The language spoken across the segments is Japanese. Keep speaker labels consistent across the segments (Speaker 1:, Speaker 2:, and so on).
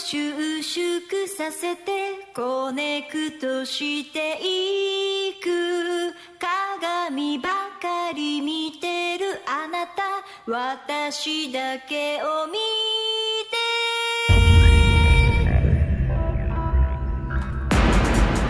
Speaker 1: 収縮させてコネクトしていく鏡ばかり見てるあなた私だけを見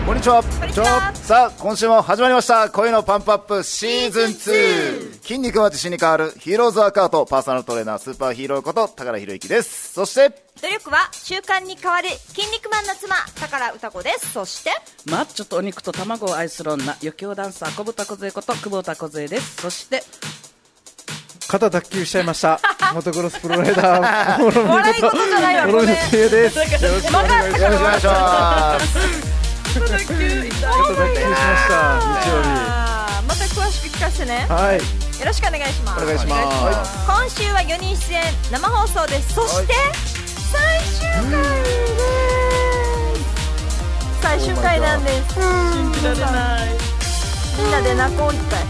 Speaker 2: こんにちは。
Speaker 1: んにちは
Speaker 2: さあ、今週も始まりました。声のパンプアップシーズン
Speaker 1: シーズン
Speaker 2: 2。筋肉は自信に変わるヒーローズワークアウトパーソナルトレーナースーパーヒーローこと高田博之です。そして、
Speaker 1: て努力は習慣に変わる筋肉マンの妻宝歌子ですそして
Speaker 3: マッチョとお肉と卵を愛する女余興ダンサー小ぶたこずえこと久保田こずえですそして
Speaker 4: 肩脱臼しちゃいま した。モトクロスプロライダー。 笑
Speaker 1: 笑い事じゃないわ
Speaker 4: モ
Speaker 1: こ
Speaker 4: ロ
Speaker 1: れ
Speaker 4: ミゆです。よろしくお願いします。
Speaker 2: よろしくお願いします。
Speaker 4: 肩脱臼しました。日曜日。
Speaker 1: あーまた詳しく聞かせてね
Speaker 4: はい。
Speaker 1: よろしくお願いします
Speaker 2: お願いします。
Speaker 1: 今週は4人出演生放送ですそして最終回です最終回なんです信じられないみんなで泣こう一回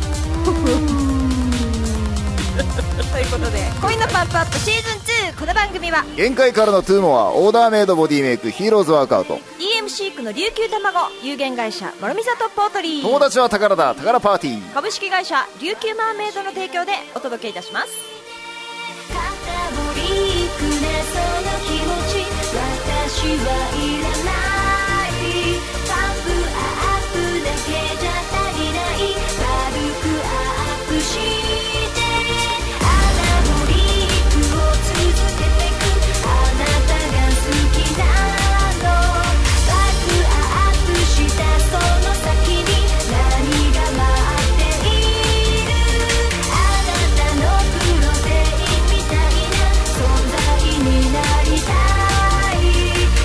Speaker 1: ということで「恋のパンプアップシーズン2」この番組は
Speaker 2: 限界からのトゥーモア、オーダーメイドボディメイク、ヒーローズワークアウト。
Speaker 1: EM シークの琉球卵有限会社諸見里ポートリ
Speaker 2: 友
Speaker 1: ー
Speaker 2: 達は宝だ、宝パーティー。
Speaker 1: 株式会社琉球マーメイドの提供でお届けいたします
Speaker 5: 肩もりくねその気持ち私はいらないパンプアップだけじゃ足りない軽くアップしてアナボリックを続けてくあなたが好きなのパンプアップしたその先に何が待っているあなたのプロテインみたいな存在になりたい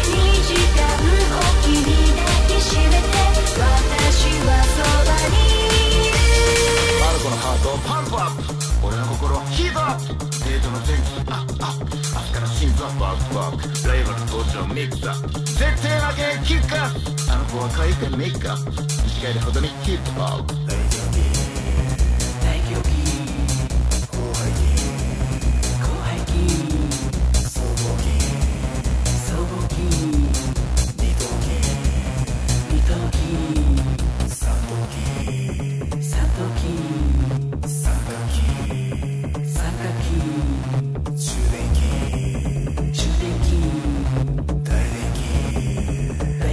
Speaker 5: 2時間おきに抱きしめて私はそばにいる
Speaker 6: マルコのハートをパンプアップ俺の心をヒートアップデートの前期アップアップ明日から心臓ワークワークライバル登場ミックスアップ絶対負けんキックアップあの子は可愛くてメイクアップ短いほどにキープアップ
Speaker 3: 大狂気後輩気後輩気二頭気二頭気三頭気三頭気三頭気中電気中電気大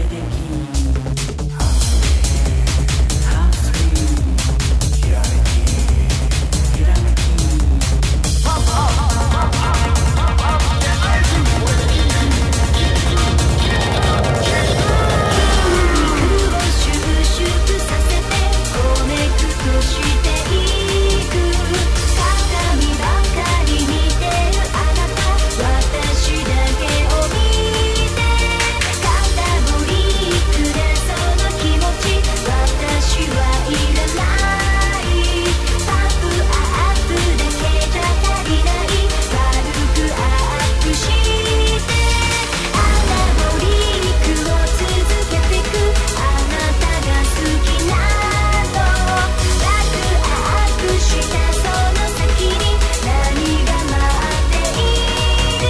Speaker 3: 電気ハウスフリーハウスフリー
Speaker 5: 「収縮させてコネクトしていく」「鏡ばかり見てるあなた」「私だけを見て」「肩もりくれその気持ち」「私はいらない」「パンプアップだけじゃ足りない」「軽くアップして」「アナボリックを続けてく」「あなたが好きなの」「ワクアップしたその先に何が待っている」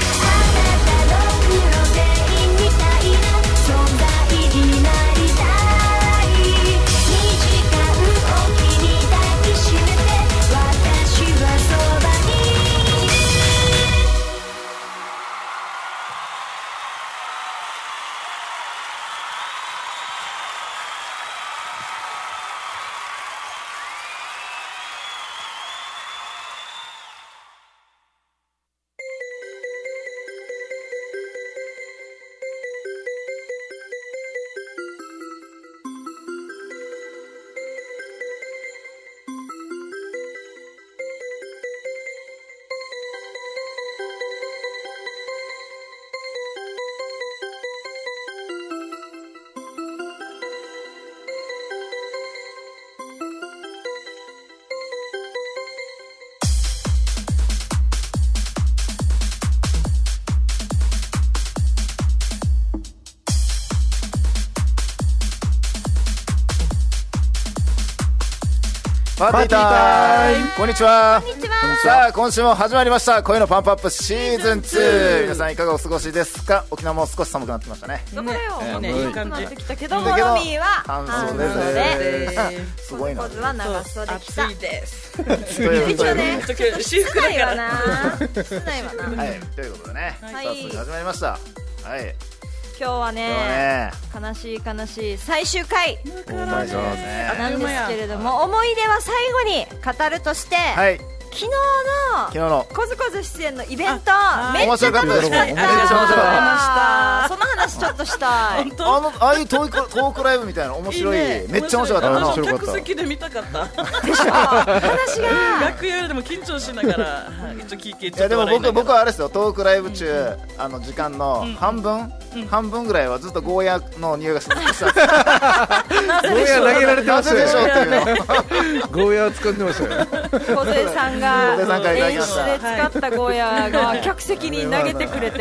Speaker 5: 「あなたのプロテインみたいな存在になりたい」「2時間おきに抱きしめて私はそばにいる」
Speaker 2: パーティー
Speaker 4: パーティー
Speaker 2: タイムこんにちは。
Speaker 5: こんにちは
Speaker 2: さあ今週も始まりました恋のパンプアップシーズン2皆さんいかがお過ごしですか沖縄も少し寒くなってましたね
Speaker 1: どこよ、
Speaker 2: ね
Speaker 1: もう
Speaker 2: ね
Speaker 1: 寒くなってきたけど
Speaker 2: だ
Speaker 1: も
Speaker 2: けど
Speaker 1: ロミーは
Speaker 2: 半
Speaker 1: 半
Speaker 2: 袖
Speaker 1: 袖
Speaker 2: で
Speaker 1: で
Speaker 2: ですごいな
Speaker 1: ポーズは長袖着た
Speaker 7: 暑いです。
Speaker 2: ということでね
Speaker 7: ちょっと私服
Speaker 1: 室
Speaker 7: だ
Speaker 1: 内
Speaker 7: か
Speaker 1: は
Speaker 7: ら。
Speaker 1: な室内はな今
Speaker 2: はいということでね
Speaker 1: い
Speaker 2: さあそして始まりましたはい
Speaker 1: 日は
Speaker 2: 今日は
Speaker 1: ね
Speaker 2: ね
Speaker 1: 悲しい悲しい最終回
Speaker 2: 大前さんね
Speaker 1: なんですけれども思い出は最後に語るとして
Speaker 2: はい
Speaker 1: 昨日
Speaker 2: 昨日
Speaker 1: の
Speaker 2: の
Speaker 1: コズコズ出演のイベント
Speaker 7: あ
Speaker 1: めっ
Speaker 2: 面
Speaker 1: ちゃ
Speaker 2: 白かったです
Speaker 4: め
Speaker 2: め
Speaker 4: っちゃ楽し
Speaker 2: っちゃ面白
Speaker 7: ありがとうござい
Speaker 2: かっ
Speaker 7: ました
Speaker 1: その話ちょっとしたい
Speaker 7: 本
Speaker 2: た
Speaker 7: 当
Speaker 2: あのああいうトークトークライブみたいなの面白い
Speaker 7: ね
Speaker 2: めっちゃ面白かった
Speaker 4: 面
Speaker 2: な
Speaker 4: 白い
Speaker 7: あの客席で見たかった。
Speaker 1: 話が
Speaker 7: 楽屋でも緊張しながら、はい一応聞いて。
Speaker 2: いやでも僕僕
Speaker 7: は。
Speaker 2: はあれですよトークライブ中、あの時間の半分、半分ぐらいはずっとゴーヤの匂いがしてました
Speaker 4: ゴーヤ 投げられて
Speaker 2: な
Speaker 4: まし
Speaker 2: ぜ
Speaker 4: た
Speaker 2: でしょうって
Speaker 4: よ
Speaker 2: いうのを
Speaker 4: ゴーヤを掴んでましたよ
Speaker 1: 小杉さんが
Speaker 2: 小杉さんからいただき
Speaker 1: 演
Speaker 2: ま
Speaker 1: 出
Speaker 2: した
Speaker 1: で使ったゴーヤが客席に投げてく れて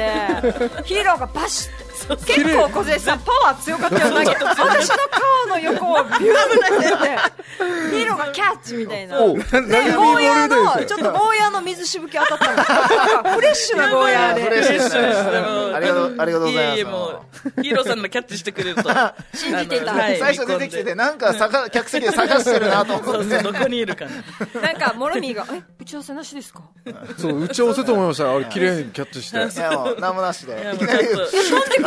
Speaker 1: ヒーローがバシッて結構小杉さんパワー強かったよ投げて私の顔の横をビューってヒーローがキャッチみたいなで
Speaker 4: おうラグビーボ
Speaker 1: ゴー
Speaker 4: ー
Speaker 1: ヤ
Speaker 4: ルです
Speaker 1: のちょっとゴーヤの水しぶき当たったのなんかフレッシュなゴーヤ
Speaker 2: フ
Speaker 1: で
Speaker 2: レッシュで
Speaker 7: 嬉し
Speaker 2: し
Speaker 7: い
Speaker 2: たね
Speaker 7: ですでも
Speaker 2: ありがとうありがとうございます
Speaker 7: ええもうヒーローさんがキャッチして くれると信
Speaker 1: じてた
Speaker 2: 最初出てきててなんか探客席で探してるなと
Speaker 7: そ
Speaker 2: 思
Speaker 7: う
Speaker 2: っ
Speaker 7: そ
Speaker 2: て
Speaker 7: うどこにいるかな
Speaker 1: なんかモロミーがえ打ち合わせなしですか
Speaker 4: そう打ち合わせと思いましたあれ綺麗にキャッチして
Speaker 2: いやもう何もなしで
Speaker 7: いや
Speaker 2: い
Speaker 7: も
Speaker 2: き
Speaker 7: う
Speaker 2: なり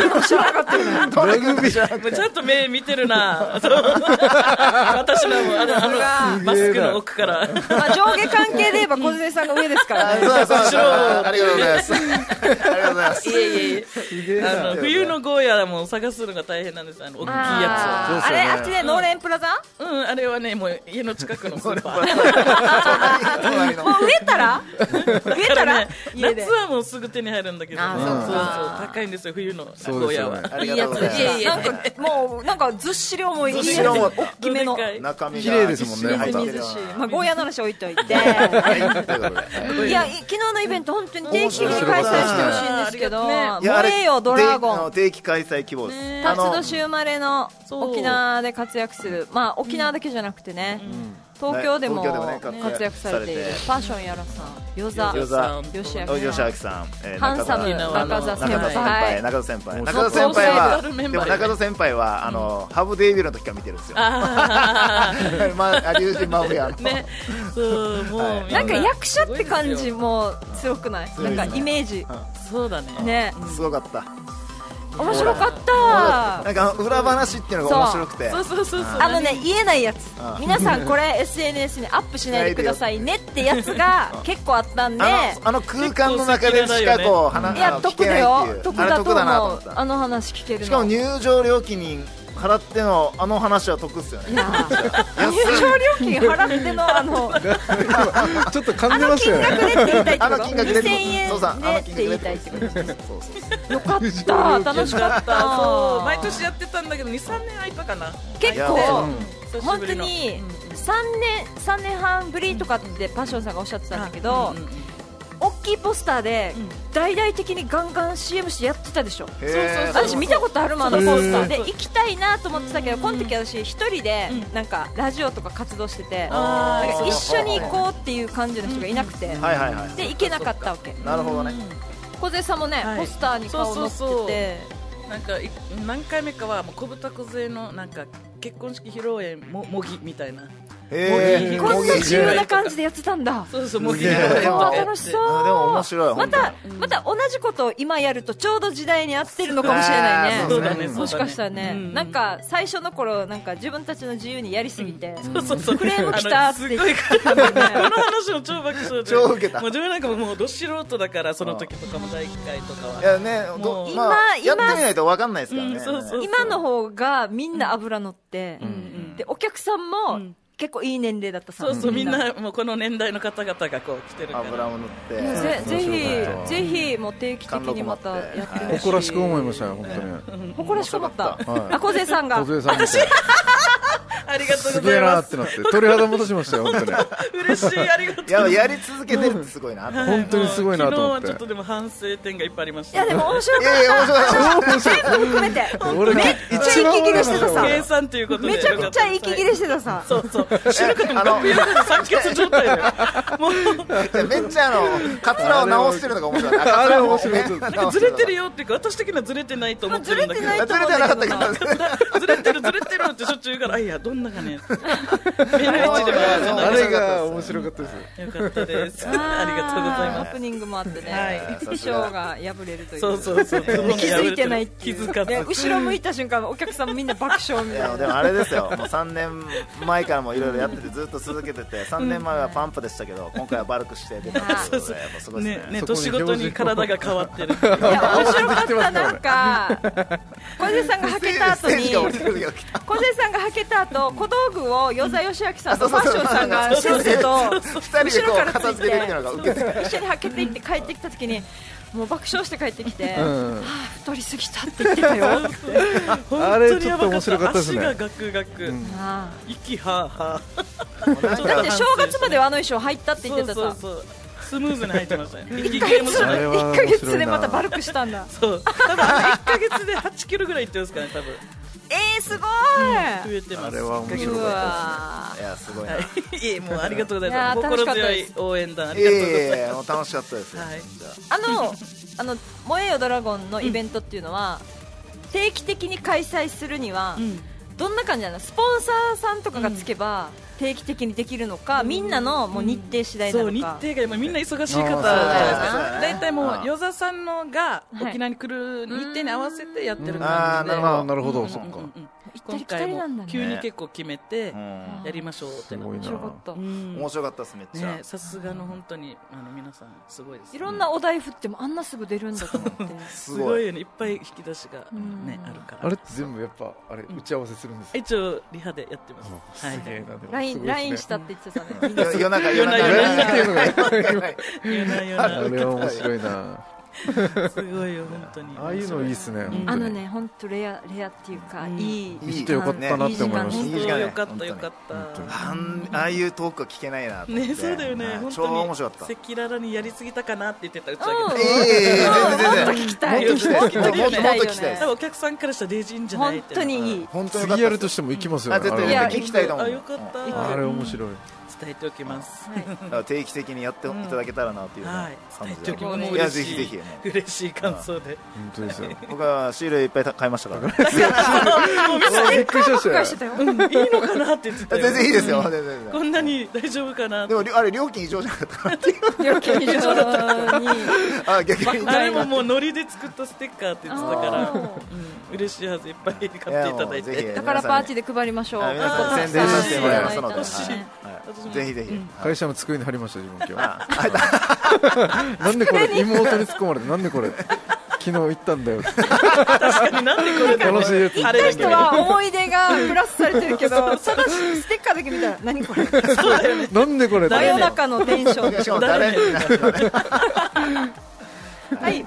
Speaker 7: ちょっと
Speaker 4: ラグビー
Speaker 7: もうちゃんと目見てるな そう私のもあのあのマスクの奥から
Speaker 1: まあ上下関係で言えば小杉さんが上ですから
Speaker 2: あ
Speaker 1: ね
Speaker 2: そうそうそうありがとうございますありがとうございます
Speaker 7: いえいえいえあの冬のゴーヤも探すのが大変なんですあの大きいや
Speaker 1: あーあれあっちで農連プラザ
Speaker 7: つをうんあれはねもう家の近くのスーパ ー
Speaker 2: 隣の
Speaker 1: もう植えたら植えたら
Speaker 7: ね
Speaker 1: 家で
Speaker 7: 夏はもうすぐ手に入るんだけど
Speaker 1: あー
Speaker 7: そう
Speaker 1: そ
Speaker 7: そうう
Speaker 1: か
Speaker 7: 高いんですよ冬のゴ
Speaker 4: そう
Speaker 7: ー
Speaker 4: です
Speaker 7: ヤ
Speaker 4: よね
Speaker 7: は
Speaker 2: ありがとうございます
Speaker 1: いやいやなんかもうなんかずっしり重い
Speaker 2: ずっしり重い
Speaker 1: 大きめの
Speaker 7: どでかい
Speaker 2: 中身が
Speaker 4: 綺麗ですもん
Speaker 2: ぎっ
Speaker 4: ね
Speaker 2: しり入っ
Speaker 1: ず
Speaker 2: てる
Speaker 1: っ
Speaker 2: よ
Speaker 1: し
Speaker 2: う
Speaker 1: りまあゴーヤの話置いといて
Speaker 2: なはいということで
Speaker 1: いや昨日のイベント本当に定期的に開催してほしいんですけど「
Speaker 2: いや
Speaker 1: モ
Speaker 2: あれ
Speaker 1: レよドラゴ
Speaker 2: であ
Speaker 1: ン
Speaker 2: の」定期開催希望ですあ
Speaker 1: 辰
Speaker 2: の
Speaker 1: 年生まれの
Speaker 7: そう
Speaker 1: 沖縄で活躍するまあ沖縄だけじゃなくてね東京でも
Speaker 2: ね東京でもね
Speaker 1: 活躍されている
Speaker 2: されて
Speaker 1: パッションやらさん与座
Speaker 2: 餃子
Speaker 1: 吉明
Speaker 2: お吉明さん、えー
Speaker 1: ハンサム
Speaker 2: 中田
Speaker 1: 中澤
Speaker 2: 中
Speaker 7: 田
Speaker 1: 先
Speaker 2: 田先
Speaker 1: 輩
Speaker 2: 輩、中田先輩、
Speaker 4: う
Speaker 2: 中田先輩は、
Speaker 7: そうそう
Speaker 2: でも中田先輩は、あの、ハブデイビルの時から見てるんですよ。
Speaker 7: あ
Speaker 2: まあ、竜神マフィアの。
Speaker 7: ーねそうもう
Speaker 2: はい
Speaker 7: み
Speaker 1: なんか役者っ
Speaker 7: すごい
Speaker 1: て
Speaker 7: ですよ
Speaker 1: 感じも強くない
Speaker 2: ごいですね
Speaker 1: なんかイメージ
Speaker 7: そうだね
Speaker 1: ね
Speaker 2: すごかった。
Speaker 1: 面白かった
Speaker 2: なんか、あの裏話っていうのが面白くて。
Speaker 7: そうそうそうそう
Speaker 1: あのね言えないやつ
Speaker 2: あ
Speaker 1: 皆さんこれ SNS にアップしないでくださいねってやつが結構あったんで
Speaker 2: あの、あの空間の中でしかこう、話
Speaker 1: い
Speaker 2: が
Speaker 1: や
Speaker 2: 聞
Speaker 1: 得
Speaker 2: けな
Speaker 1: だ
Speaker 2: いっ
Speaker 1: よ
Speaker 2: ていう。
Speaker 1: 得
Speaker 2: あれ
Speaker 1: だと
Speaker 2: 得だなと思
Speaker 1: 思
Speaker 2: っ
Speaker 1: う
Speaker 2: た。
Speaker 1: あの話聞けるの
Speaker 2: しかも入場料金に払っての、あの話は得っすよ
Speaker 1: い
Speaker 2: ね。
Speaker 1: やー入場料金払ってのあの
Speaker 4: ちょっと噛
Speaker 1: あ
Speaker 4: んで
Speaker 1: の
Speaker 4: ました
Speaker 1: 金
Speaker 4: よ
Speaker 1: 額
Speaker 4: ね
Speaker 1: でって言いたいってこと
Speaker 2: あの金額でってこと
Speaker 1: 2000円
Speaker 2: そうさあ
Speaker 1: で
Speaker 2: の
Speaker 1: っ
Speaker 2: 金
Speaker 1: て
Speaker 2: 額で
Speaker 1: 言
Speaker 2: っ
Speaker 1: いた
Speaker 2: て
Speaker 1: い
Speaker 2: こ
Speaker 1: ってこと
Speaker 2: そうそうそう
Speaker 1: よかった楽しかった
Speaker 7: そう毎年やってたんだけど23年空いたかな
Speaker 1: 結
Speaker 2: いや
Speaker 1: 構
Speaker 7: 久し
Speaker 1: 本
Speaker 7: ぶ
Speaker 1: 当
Speaker 7: りの
Speaker 1: に三年三年半ぶりとかってパッションさんがおっしゃってたんだけど、
Speaker 7: うんうんうん
Speaker 1: 大きいポスターで大々的にガンガン CM してやってたでしょ
Speaker 2: へー
Speaker 1: 私見たことあるもんあのポスタ
Speaker 4: へ
Speaker 1: ー
Speaker 4: ー
Speaker 1: で行きたいなと思ってたけどこの時私一人でなんかラジオとか活動してて
Speaker 7: あ
Speaker 1: なん
Speaker 7: ー
Speaker 1: か一緒に行こうっていう感じの人がいなくて
Speaker 2: はいはいはい。
Speaker 1: で行けなかったわけ
Speaker 2: なるほどね。
Speaker 1: 小杉さんもね
Speaker 7: はい
Speaker 1: ポスターに顔載
Speaker 7: そうそう
Speaker 1: ってて
Speaker 7: なんかい何回目かはもう小豚梢のなんか結婚式披露宴も模擬みたいな
Speaker 2: へー
Speaker 1: こんな
Speaker 2: もういい
Speaker 1: 自由な感じでやってたんだ
Speaker 7: そうそう模 擬披露宴
Speaker 1: うわ
Speaker 7: とかや
Speaker 1: 楽
Speaker 7: っ
Speaker 1: してそう
Speaker 2: あでも面白い
Speaker 1: ま
Speaker 2: 本当に
Speaker 1: たまた同じことを今やるとちょうど時代に合ってるのかもしれない
Speaker 2: あー
Speaker 1: ね
Speaker 7: そうだね
Speaker 1: もしかしたらね、
Speaker 7: うん
Speaker 1: なんか最初の頃なんか自分たちの自由にやりすぎて、
Speaker 7: そうそう
Speaker 1: クレーム来た
Speaker 7: あ
Speaker 1: って
Speaker 7: のす
Speaker 1: 言
Speaker 7: ごい
Speaker 1: っ
Speaker 7: こ
Speaker 1: てたよね
Speaker 7: の話も超爆笑で
Speaker 2: 超ウケた
Speaker 7: もう自分なんかももうど素人だからその時とかも第一回とか
Speaker 2: い
Speaker 7: は
Speaker 2: やね、ど
Speaker 7: もう
Speaker 2: まあ、や
Speaker 1: 今
Speaker 2: ってみないとわかんないですから
Speaker 7: う
Speaker 2: ね。
Speaker 7: んそうそう
Speaker 1: 今の方がみんな油乗って、でお客さんも結構いい年齢だったさ、
Speaker 7: そうそうみんなもうこの年代の方々がこう来てるから
Speaker 2: 油を塗って。
Speaker 1: ぜぜ
Speaker 4: うん
Speaker 1: ひぜひもう定期的にまたやってほしい
Speaker 4: 誇ら しく思いましたよ本当に
Speaker 1: 誇らしく思った
Speaker 2: 面白
Speaker 4: かったはい
Speaker 1: あ小杉さんが
Speaker 4: 小杉さんみたい
Speaker 7: ありがとうご
Speaker 4: す
Speaker 7: ざ
Speaker 4: げえ
Speaker 7: い
Speaker 4: な
Speaker 7: ま
Speaker 4: ーっ
Speaker 7: す
Speaker 4: てなって鳥肌戻しましたよ本当に
Speaker 7: 嬉しいありがとう
Speaker 2: いややり続けてるってすごいな、い
Speaker 4: 本当にすごいなと思っ
Speaker 7: 昨日
Speaker 4: て
Speaker 7: はちょっとでも反省点がいっぱいありまし
Speaker 8: い
Speaker 7: た
Speaker 8: やでも面白かっ
Speaker 2: やいや面白い
Speaker 8: た全部含めて
Speaker 4: 俺
Speaker 8: めっ
Speaker 4: 一番
Speaker 8: ちゃ息切れしてたさ
Speaker 7: 計算ということで
Speaker 8: めちゃくちゃ息切れしてたさ
Speaker 7: そうそう死ぬかと思った楽屋で酸欠状態だよもう
Speaker 2: いやめっちゃあのカツラを直してるのが面白い
Speaker 4: あれ面白い
Speaker 7: ずれてる
Speaker 2: よ
Speaker 7: よっていうか私的にはずれてないと思って
Speaker 8: ず
Speaker 7: る
Speaker 8: れ
Speaker 7: んだ
Speaker 8: て
Speaker 7: けど
Speaker 8: ないと
Speaker 2: と思
Speaker 8: 思
Speaker 2: うん
Speaker 8: うん
Speaker 2: だけど
Speaker 8: だけ
Speaker 2: な
Speaker 8: ど
Speaker 7: ずれてるずれてるってしょっちゅう言うからあいやどんなかね
Speaker 2: そう
Speaker 7: 目の位置でも
Speaker 4: あ
Speaker 7: あ
Speaker 4: れが面白かったです
Speaker 7: れよかったですありがとうござい
Speaker 8: オ
Speaker 7: ま
Speaker 8: ープニングもあって
Speaker 7: は
Speaker 8: ね
Speaker 7: い
Speaker 8: 衣装が破れるとい
Speaker 7: すそ
Speaker 8: う
Speaker 7: うそうそう気
Speaker 8: 気づいてないって
Speaker 7: 気
Speaker 8: いう
Speaker 7: づかず
Speaker 8: ね後ろ向いた瞬間お客さんみんな爆笑み
Speaker 2: い
Speaker 8: た
Speaker 2: や
Speaker 8: い
Speaker 2: でも
Speaker 8: な
Speaker 2: あれですよもう3年前からもいろいろやっててずっと続けてて3年前はパンプでしたけど今回はバルクして出たということでもうすごいです
Speaker 7: ね
Speaker 2: ね
Speaker 7: ね
Speaker 4: そこに
Speaker 7: 年ごとに体が変わってる
Speaker 8: いや 面白かったなんか小出さんがはけた後
Speaker 2: ステージが降
Speaker 8: に
Speaker 2: りてくるよ来た
Speaker 8: 小出さんがはけた後小道具を与座義明さん
Speaker 2: そ
Speaker 8: と
Speaker 2: う
Speaker 8: フ
Speaker 2: そうそう
Speaker 8: ァッションさんがせっせと
Speaker 2: 2人でこう片付けてきてるのがウケて
Speaker 8: 一緒にはけていって帰ってきた時にもう爆笑して帰ってきて、
Speaker 4: ん
Speaker 8: ああ太りすぎたって言ってたよ
Speaker 4: あ
Speaker 7: 本
Speaker 4: れ
Speaker 7: 当
Speaker 4: ち
Speaker 7: に
Speaker 4: ょ
Speaker 7: や
Speaker 4: っと
Speaker 7: ば
Speaker 4: 面
Speaker 7: か
Speaker 4: 白か
Speaker 7: っ
Speaker 4: った
Speaker 7: た
Speaker 4: です
Speaker 7: 足
Speaker 4: ね
Speaker 7: がガクガク
Speaker 8: あ
Speaker 7: 息はーはー
Speaker 8: あだって正月まではあの衣装入ったって言ってたさ
Speaker 7: そうそうそうスムーズに入ってましたね息
Speaker 8: 1
Speaker 7: 切
Speaker 8: ヶ
Speaker 7: れもし
Speaker 8: 月
Speaker 7: ない
Speaker 4: れ
Speaker 8: で
Speaker 4: は面白いな
Speaker 8: 1ヶ月でまたバルクしたんだ
Speaker 7: そう多分あの1ヶ月で8キロぐらいいってますからね多分
Speaker 8: えー、すご
Speaker 7: 増えてます
Speaker 4: あれは面
Speaker 8: い、
Speaker 4: 白
Speaker 8: う
Speaker 4: かっ
Speaker 8: わ
Speaker 2: いやすごいな
Speaker 7: はい、いえもうありがとうござい
Speaker 8: いや
Speaker 7: ます。
Speaker 8: ー楽し
Speaker 7: 心
Speaker 8: かった
Speaker 7: 強
Speaker 8: で
Speaker 7: い
Speaker 8: す
Speaker 7: 応援団あ
Speaker 2: い
Speaker 7: りがとうご
Speaker 2: やい
Speaker 7: ざい
Speaker 2: やもう楽しかったですよ
Speaker 7: はい
Speaker 2: じゃあ
Speaker 8: あのあの「燃えよドラゴン」のイベントっていうのは、定期的に開催するには、
Speaker 7: ん
Speaker 8: どんな感じなのスポンサーさんとかがつけば、定期的にできるのか、みんなのもう日程次
Speaker 7: ま
Speaker 8: 第
Speaker 7: す。
Speaker 8: な
Speaker 7: そ
Speaker 8: の
Speaker 7: う
Speaker 8: か
Speaker 7: 日程が今みんな忙しい方じゃ
Speaker 4: あーそう
Speaker 2: だよな
Speaker 7: ないですか。大体も
Speaker 2: あー
Speaker 7: う与座さんのが
Speaker 8: はい
Speaker 7: 沖縄に来る日程に合わせてやってる
Speaker 2: あー
Speaker 7: 感じ
Speaker 2: な
Speaker 7: で。
Speaker 2: るほ
Speaker 4: た
Speaker 2: ど
Speaker 4: ああなるほどそっ
Speaker 7: うん
Speaker 4: か
Speaker 7: うんうん
Speaker 8: た
Speaker 7: 今
Speaker 8: り来た
Speaker 7: 回
Speaker 8: りなんだね
Speaker 7: も急に結構決めて
Speaker 2: うん
Speaker 7: やりましょうって
Speaker 4: す
Speaker 7: なっ
Speaker 4: ごい
Speaker 7: て。
Speaker 8: 面白かっ
Speaker 4: な
Speaker 8: た、
Speaker 7: うん
Speaker 2: 面白かったですめっちゃ
Speaker 7: ねさすがの本当にあの皆さんすごいです。
Speaker 8: いろんなお題振ってもあんなすぐ出るんだと思って
Speaker 2: す
Speaker 7: すご
Speaker 2: ご
Speaker 7: い
Speaker 2: い
Speaker 7: よねいっぱい引き出しがねあるから。
Speaker 4: あれって全部やっぱあれ打ち合わせするんですよ
Speaker 7: 一応リハでやってま
Speaker 4: あ
Speaker 7: す。
Speaker 4: す
Speaker 7: はい。
Speaker 4: げえなでも
Speaker 8: LINE ラインした
Speaker 4: た
Speaker 8: って言ってたねみんな
Speaker 2: 夜中夜中
Speaker 7: 夜
Speaker 2: 夜
Speaker 7: 中
Speaker 2: 中
Speaker 7: 夜な夜
Speaker 4: あれ
Speaker 7: な
Speaker 4: は面白いな
Speaker 7: すごいよ本当に。
Speaker 4: ああいうのいいっすね本当
Speaker 8: あの
Speaker 4: に
Speaker 8: ね本当レアレアっていうか、いい
Speaker 2: いい
Speaker 4: 来てよかったなって思いま
Speaker 2: いい
Speaker 4: し
Speaker 2: 時間
Speaker 7: 本当
Speaker 2: ね
Speaker 7: よかっ
Speaker 2: 本当
Speaker 7: た
Speaker 2: に
Speaker 7: よかった。
Speaker 2: あんああいうトークは聞けないなと思って
Speaker 7: ねそうだよね、
Speaker 2: はい
Speaker 7: 本
Speaker 2: 超
Speaker 7: 当に
Speaker 2: 面白かった
Speaker 7: 赤裸々にやりすぎたかなって言ってた打ち
Speaker 8: う
Speaker 7: 上
Speaker 8: ん
Speaker 7: げ
Speaker 2: いやいやいや全然全然
Speaker 8: きたい
Speaker 2: もっと聞きたいもっともっと聞きたいで
Speaker 7: で、
Speaker 2: す
Speaker 7: 多分お客さんからしたらレジンじゃない
Speaker 8: 本
Speaker 7: って
Speaker 8: 当にいい、
Speaker 2: 本当によか
Speaker 4: 次
Speaker 2: ったで
Speaker 4: やる
Speaker 2: す
Speaker 4: としても行きますよ
Speaker 2: あ
Speaker 4: ね
Speaker 2: 絶
Speaker 4: あ
Speaker 2: 対
Speaker 4: れは
Speaker 2: 聞きたいと思う
Speaker 7: あよかった、
Speaker 4: あれ面白い
Speaker 7: 伝えておきます
Speaker 8: はい
Speaker 2: うん定期的にやっていただけたらなというね
Speaker 7: はい
Speaker 2: 感
Speaker 7: 伝え
Speaker 2: じで
Speaker 7: ておきますもう
Speaker 2: いや
Speaker 7: 嬉
Speaker 2: ぜ
Speaker 7: し
Speaker 2: ひ
Speaker 7: い
Speaker 2: ぜひ
Speaker 7: 嬉しい感想で
Speaker 4: 本当ですよ
Speaker 2: 僕はシールいっぱい買いましたから
Speaker 4: あびっくりしました
Speaker 8: 返
Speaker 4: よ
Speaker 8: してたよ
Speaker 7: うんいいのかなって言ってたよ
Speaker 2: 全然いいですよ全然全然
Speaker 7: こ んなに大丈夫かな
Speaker 2: でもりょあれ料金異常じゃなかったかなっていう
Speaker 8: 料金以 上に
Speaker 2: あ逆に
Speaker 7: 誰ももうノリで作ったステッカーって言ってたから、うん、嬉しいはずいっぱい買っていただい
Speaker 2: いやもうぜ
Speaker 7: て
Speaker 2: ひ
Speaker 8: だからパーティーで配りましょう
Speaker 2: あ皆さん
Speaker 7: あ
Speaker 2: 宣伝させてもらいますので
Speaker 7: 欲しい
Speaker 2: はいはいぜひぜひ
Speaker 4: 会社の机に貼りました自分今
Speaker 2: ああだ
Speaker 4: 日 なんでこれ妹に突っ込まれてなんでこれ昨日行ったんだよ
Speaker 7: 確かになんでこれで
Speaker 4: 楽しいやつ
Speaker 7: あれだけ
Speaker 8: 人は思い出がプラスされてるけどそのステッカーだけ見たら何これ
Speaker 4: なんでこれ
Speaker 8: 真夜中のテンション
Speaker 2: しかも誰には
Speaker 8: はい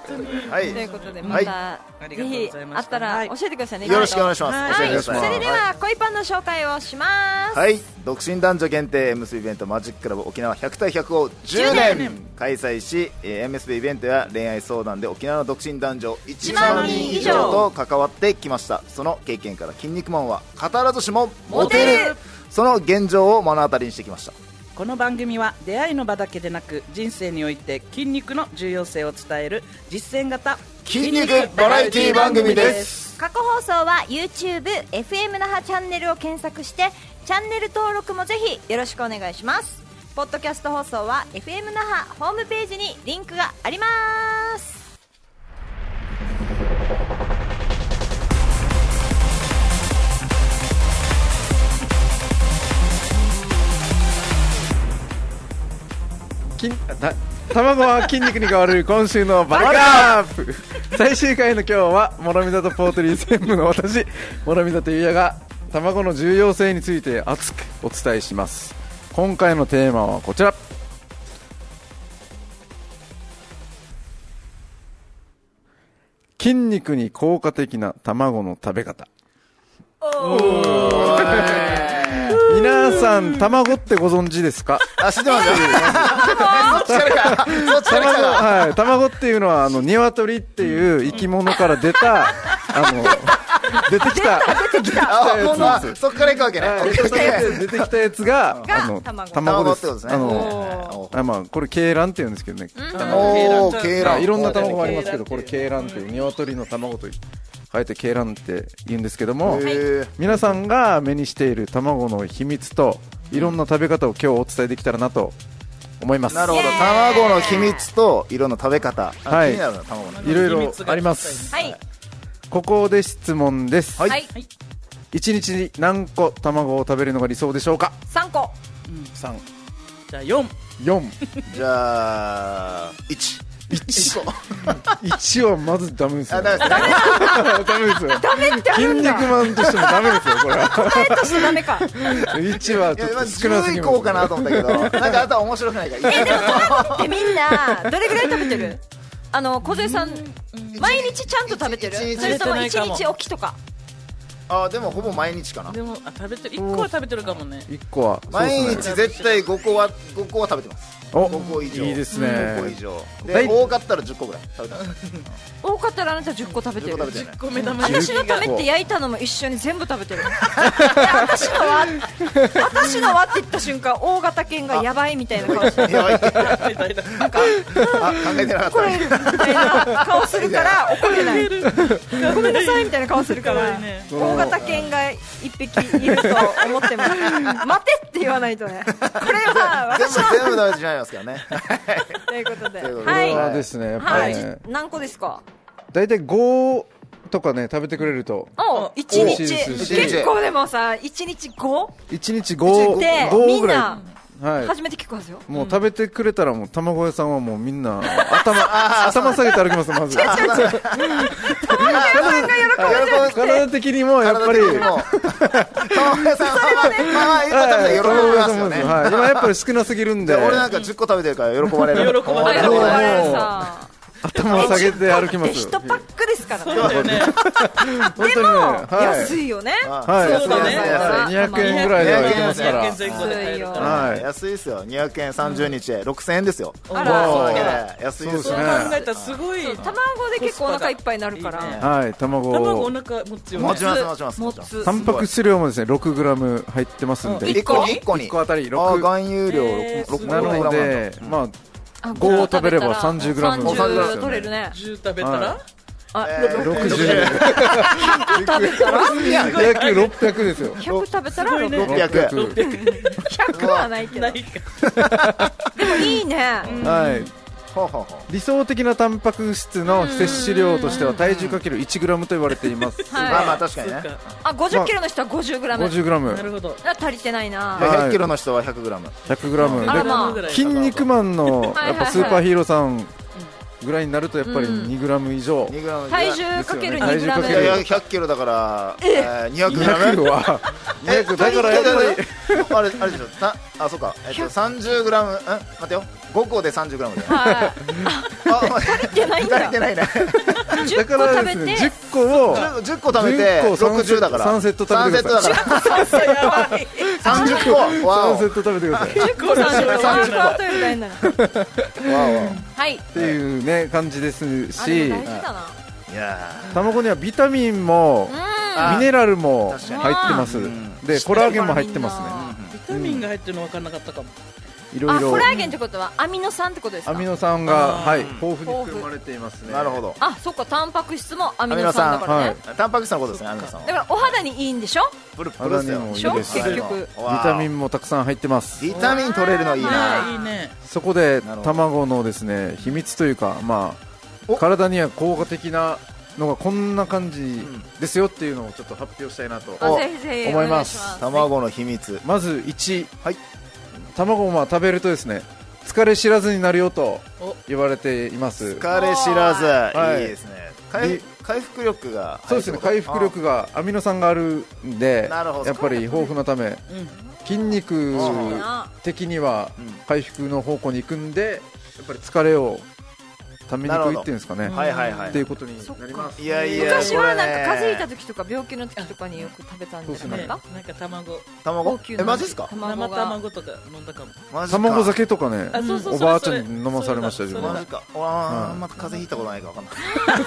Speaker 8: という
Speaker 2: い
Speaker 8: ことでまた
Speaker 7: あり
Speaker 8: ぜ
Speaker 7: がとう
Speaker 8: ひ
Speaker 7: ございま
Speaker 8: あ
Speaker 7: した
Speaker 8: ったら教えてくださいね
Speaker 2: よろしくお願いし
Speaker 8: ま
Speaker 2: ます
Speaker 8: は
Speaker 2: よろ
Speaker 8: い
Speaker 2: し
Speaker 8: そ
Speaker 2: くお願いします
Speaker 8: れでは恋パンの紹介をします
Speaker 2: はい独身男女限定 MSB イベントマジッククラブ沖縄100対100を10年開催し、えー MSB イベントや恋愛相談で沖縄の独身男女1万人以上と関わってきましたその経験から「筋肉マン」は語らずしもモテる
Speaker 8: モテる
Speaker 2: その現状を目の当たりにしてきました
Speaker 7: この番組は出会いの場だけでなく人生において筋肉の重要性を伝える実践型
Speaker 2: 筋肉バラエティ番組で す
Speaker 1: 過去放送は YouTubeFM 那覇チャンネルを検索してチャンネル登録もぜひよろしくお願いしますポッドキャスト放送は FM 那覇ホームページにリンクがあります
Speaker 4: 筋た卵は筋肉に変わる今週のバカップ最終回の今日は諸見里ポートリー専務の私諸見里ゆうやが卵の重要性について熱くお伝えします今回のテーマはこちら筋肉に効果的な卵の食べ方
Speaker 2: お
Speaker 4: 皆さん卵ってご存知ですか
Speaker 2: あ、知ってますよ。そっちからか。そっちから
Speaker 4: 卵
Speaker 2: か。
Speaker 4: はい卵っていうのはあの鶏っていう生き物から出たあの出てきた出てき
Speaker 2: あ、もう
Speaker 4: やつです
Speaker 2: あそっから行くわけね。オッケーオッケー
Speaker 4: 出てきたやつが
Speaker 8: が
Speaker 4: あの
Speaker 8: 卵
Speaker 4: 卵で
Speaker 2: ってこ
Speaker 4: す
Speaker 2: とですね。
Speaker 4: あのあまあこれ鶏卵って言うんですけどね
Speaker 2: おー、ケイラ
Speaker 4: いろんな卵がありますけどこれ鶏卵っていう鶏の卵と書いて鶏卵って言うんですけども皆さんが目にしている卵の秘密といろんな食べ方を今日お伝えできたらなと思います
Speaker 2: なるほど。卵の秘密と色の食べ方。あ
Speaker 4: はい
Speaker 2: 気になるな、卵の。
Speaker 4: いろいろあります
Speaker 8: はい
Speaker 4: ここで質問です、
Speaker 2: はい
Speaker 8: はい
Speaker 4: 一日に何個卵を食べるのが理想でしょうか
Speaker 8: 三個
Speaker 4: 三
Speaker 9: じゃあ4
Speaker 4: 四
Speaker 2: じゃあ、1。1個。
Speaker 4: 一はまずダメですよ
Speaker 2: あ、ダメですね。
Speaker 4: ダメですよ
Speaker 8: ダメってあ
Speaker 4: 筋
Speaker 8: るん
Speaker 4: 肉
Speaker 8: だ
Speaker 4: マンとしてもダメですよこれは
Speaker 8: ダメとしてダメか
Speaker 4: 1はいちょ
Speaker 2: や
Speaker 4: っ
Speaker 2: まあ
Speaker 4: と少なすぎ
Speaker 2: 10
Speaker 4: ま
Speaker 2: い
Speaker 4: す
Speaker 2: こうかなと思ったけど、なんかあとは面白くないから。
Speaker 8: でみんなどれぐらい食べてるあの小杉さん毎日ちゃんと食べてる
Speaker 2: 一日
Speaker 8: それとも一
Speaker 9: 食べてない
Speaker 8: 日
Speaker 9: かも
Speaker 8: 起きとか
Speaker 2: あ、でもほぼ毎日かな。
Speaker 9: でもあ食べてる1個は食べてるかもね
Speaker 4: 1個はそう
Speaker 2: 毎
Speaker 4: で
Speaker 2: 日
Speaker 4: すね
Speaker 2: 絶対5個は、5個は食べてます。
Speaker 4: お
Speaker 2: 5個以上。
Speaker 4: いいです
Speaker 2: 5個以
Speaker 4: ね
Speaker 2: 上。
Speaker 4: だ
Speaker 2: で、
Speaker 4: い
Speaker 2: 多かったら10個ぐらい食べてます。
Speaker 8: 多かったらあなた10個食べ
Speaker 2: 10
Speaker 8: てる
Speaker 2: 個食べてない。
Speaker 9: ごめんなさい
Speaker 8: 私のためって焼いたのも一緒に全部食べてるで私のは私のはって言った瞬間大型犬がやばいみたいな顔してる
Speaker 2: やばいってなんかあ考えてなかった
Speaker 8: みたいな顔する から怒れないごめんなさいみたいな顔するから大型犬が一匹いると思っても待てって言わないとねこれは
Speaker 2: 全部
Speaker 8: 私の
Speaker 2: 全部食べてしまいますからね
Speaker 8: ということで
Speaker 2: ということで
Speaker 8: は
Speaker 4: こ
Speaker 8: い
Speaker 4: れはですねやっぱ
Speaker 8: は
Speaker 4: り
Speaker 8: い、
Speaker 4: ね
Speaker 8: 何個ですか
Speaker 4: 大体5とかね食べてくれると
Speaker 8: お一
Speaker 4: 美
Speaker 8: 日
Speaker 4: 味しいです
Speaker 2: し
Speaker 8: 結構でもさ一日 5?
Speaker 4: 1日
Speaker 8: で
Speaker 4: 55
Speaker 8: みん
Speaker 4: ぐ
Speaker 8: な
Speaker 4: らいはい
Speaker 8: 初めて聞くはずよ
Speaker 4: もう食べてくれたらもう卵屋さんはもうみんな頭頭下げて歩きますまず
Speaker 2: 喜ぶ
Speaker 4: 体的にもやっぱり
Speaker 2: 体的にも玉川さんはまあまあ一個食べたら喜びますよね
Speaker 4: はい、今やっぱり少なすぎるん
Speaker 2: で
Speaker 4: で
Speaker 2: 俺なんか10個食べてるから喜ばれる
Speaker 9: 喜ばれ
Speaker 8: 喜
Speaker 9: る
Speaker 8: ばれるさ
Speaker 4: 頭下げて歩きま
Speaker 8: です一パックですからね
Speaker 9: そうだよね
Speaker 4: 本当にねはい
Speaker 8: 安いよね
Speaker 4: はい、
Speaker 9: そうだね
Speaker 4: 安い安い200円ぐらいではいけますか
Speaker 9: 200
Speaker 4: ら
Speaker 9: 円前後で買えるから
Speaker 4: はい
Speaker 2: 安いですよ200円30日で6000円ですよ
Speaker 8: あら
Speaker 2: そう
Speaker 4: わ
Speaker 2: だけ
Speaker 4: あ
Speaker 2: で安いです
Speaker 4: そう
Speaker 2: よ
Speaker 4: ですね
Speaker 9: 考えたらすごい
Speaker 8: 卵で結構お腹いっぱいになるから
Speaker 9: いいね
Speaker 4: はい、卵
Speaker 9: 卵
Speaker 4: を
Speaker 9: お腹持つよね
Speaker 2: 持ちます持ちます
Speaker 8: も
Speaker 2: 持ちます
Speaker 8: つ
Speaker 4: タンパク質量もですね 6g 入ってますんで、
Speaker 2: 1個1個に
Speaker 4: 一個あたり六
Speaker 2: あー含有量
Speaker 9: えー
Speaker 2: 6
Speaker 4: なので、まあ
Speaker 8: あ
Speaker 4: 五を食べれば30グラム
Speaker 8: 30取れるね
Speaker 9: 10食べたら
Speaker 4: は
Speaker 8: あ
Speaker 4: 60 約600ですよ
Speaker 8: 100食べたら
Speaker 9: ごいね
Speaker 8: 600
Speaker 2: 600
Speaker 9: 600
Speaker 8: はないけど
Speaker 9: ない
Speaker 8: で
Speaker 9: か
Speaker 8: もいいね
Speaker 4: はい
Speaker 2: ほうほうほう
Speaker 4: 理想的なタンパク質の摂取量としては体重かける 1g と言われています
Speaker 2: まあま
Speaker 8: は
Speaker 2: あ
Speaker 8: い
Speaker 2: 確かにね
Speaker 9: そっか
Speaker 8: あ50キロの人は50グラム
Speaker 4: 50g100g
Speaker 9: なるほど
Speaker 8: 足りてないな
Speaker 4: はい
Speaker 2: 100キロの人は100グラム
Speaker 8: あら
Speaker 4: で
Speaker 8: まあ
Speaker 9: ぐらい
Speaker 4: 筋肉マンの
Speaker 8: はいはいはい
Speaker 4: やっぱスーパーヒーローさんぐらいになるとやっぱり 2g 以上
Speaker 2: 2グラム
Speaker 8: 体重かける2グラム
Speaker 2: いやいや100キロだから、えー、200グラ
Speaker 4: 200
Speaker 2: ム
Speaker 4: は
Speaker 2: え
Speaker 4: 200だからやっぱり
Speaker 2: あれあれでしょたあそうかえっと30グラムん待ってよ5個で30グラムだよ
Speaker 8: は
Speaker 2: あ足りて
Speaker 8: ないんだ
Speaker 2: 足りてないね
Speaker 8: い10
Speaker 4: だか
Speaker 8: 個
Speaker 4: らで
Speaker 8: 食べ
Speaker 4: すね
Speaker 8: て
Speaker 4: 10個を
Speaker 2: 10 10個食べて
Speaker 4: 10個
Speaker 2: 60だから
Speaker 4: 三セット食べてください
Speaker 2: 3セットだから30個わお
Speaker 4: 3セット食べてください
Speaker 8: 10個30グラムワークアウトより大変だな
Speaker 2: わ
Speaker 8: はい
Speaker 4: っていうね感じです
Speaker 8: あで
Speaker 4: し
Speaker 8: も大事だない
Speaker 2: おいや
Speaker 4: 卵にはビタミンも
Speaker 2: あー
Speaker 4: ミネラルも入っ
Speaker 2: 確
Speaker 4: て
Speaker 2: かに
Speaker 4: ます
Speaker 2: うん
Speaker 4: でコラーゲンも入ってますね
Speaker 9: ビタミンが入ってるの分かんなかったかも
Speaker 4: い
Speaker 8: あ
Speaker 4: ろい
Speaker 8: コ
Speaker 4: ろ
Speaker 8: ラーゲンってことはアミノ酸ってことですか
Speaker 4: アミノ酸が
Speaker 9: あー
Speaker 4: はい豊富に含まれています
Speaker 2: ー
Speaker 4: ね
Speaker 2: なるほど
Speaker 8: あそっかタンパク質もアミノ酸だからね、
Speaker 4: アミノ
Speaker 2: タンパク質のことですねアミノ酸
Speaker 8: だ
Speaker 2: は
Speaker 8: からお肌にいいんでしょ
Speaker 2: プルプルですよ
Speaker 4: 肌にもいい
Speaker 8: しょ
Speaker 4: です
Speaker 8: 結局
Speaker 2: ビ
Speaker 4: ビタミンもたくさん入ってます
Speaker 2: ビタミン取れるのいい
Speaker 9: あい
Speaker 2: ない
Speaker 9: ね
Speaker 4: そこで
Speaker 2: なるほど
Speaker 4: 卵のですね秘密というかま
Speaker 2: お
Speaker 4: あ体には効果的なのがこんな感じですよっていうのをちょっと発表したいなと
Speaker 8: あ
Speaker 2: お
Speaker 8: ぜひぜひお
Speaker 4: 思い
Speaker 8: 願いしま
Speaker 4: ますす
Speaker 2: 卵の秘密
Speaker 4: まず1、
Speaker 2: はい
Speaker 4: 卵をまあ食べるとですね疲れ知らずになるよと
Speaker 9: お
Speaker 4: 言われています
Speaker 2: 疲れ知らず、
Speaker 4: はい
Speaker 2: い、いですね回
Speaker 4: で
Speaker 2: 回復力が
Speaker 4: そうですね回復力がアミノ酸があるんで
Speaker 2: なるほど
Speaker 4: やっぱり豊富なため
Speaker 9: うん
Speaker 4: 筋肉的には
Speaker 2: うん
Speaker 4: 回復の方向に行くんでやっぱり疲れをためにくいっていうんですかね、
Speaker 2: はいはいはい
Speaker 4: っていうことになります
Speaker 2: いやいや
Speaker 8: 昔はなんか
Speaker 2: これね
Speaker 8: 風邪ひいた時とか病気の時とかによく食べたんじゃ
Speaker 4: そう
Speaker 8: な
Speaker 4: で
Speaker 8: い
Speaker 4: す
Speaker 8: か
Speaker 9: なんか卵
Speaker 2: 卵えマジですか
Speaker 8: 卵
Speaker 9: 生
Speaker 8: が
Speaker 9: 卵とか飲ん だかも
Speaker 2: マジか
Speaker 4: 卵酒とかね
Speaker 9: あそうそう
Speaker 4: お
Speaker 9: それ
Speaker 4: ばあちゃんに飲まされました
Speaker 9: そ
Speaker 4: 自
Speaker 9: れ
Speaker 4: 分
Speaker 9: だ
Speaker 2: マ
Speaker 4: は
Speaker 2: ジかわあ、
Speaker 4: うん
Speaker 2: また風邪ひいたことないかわかん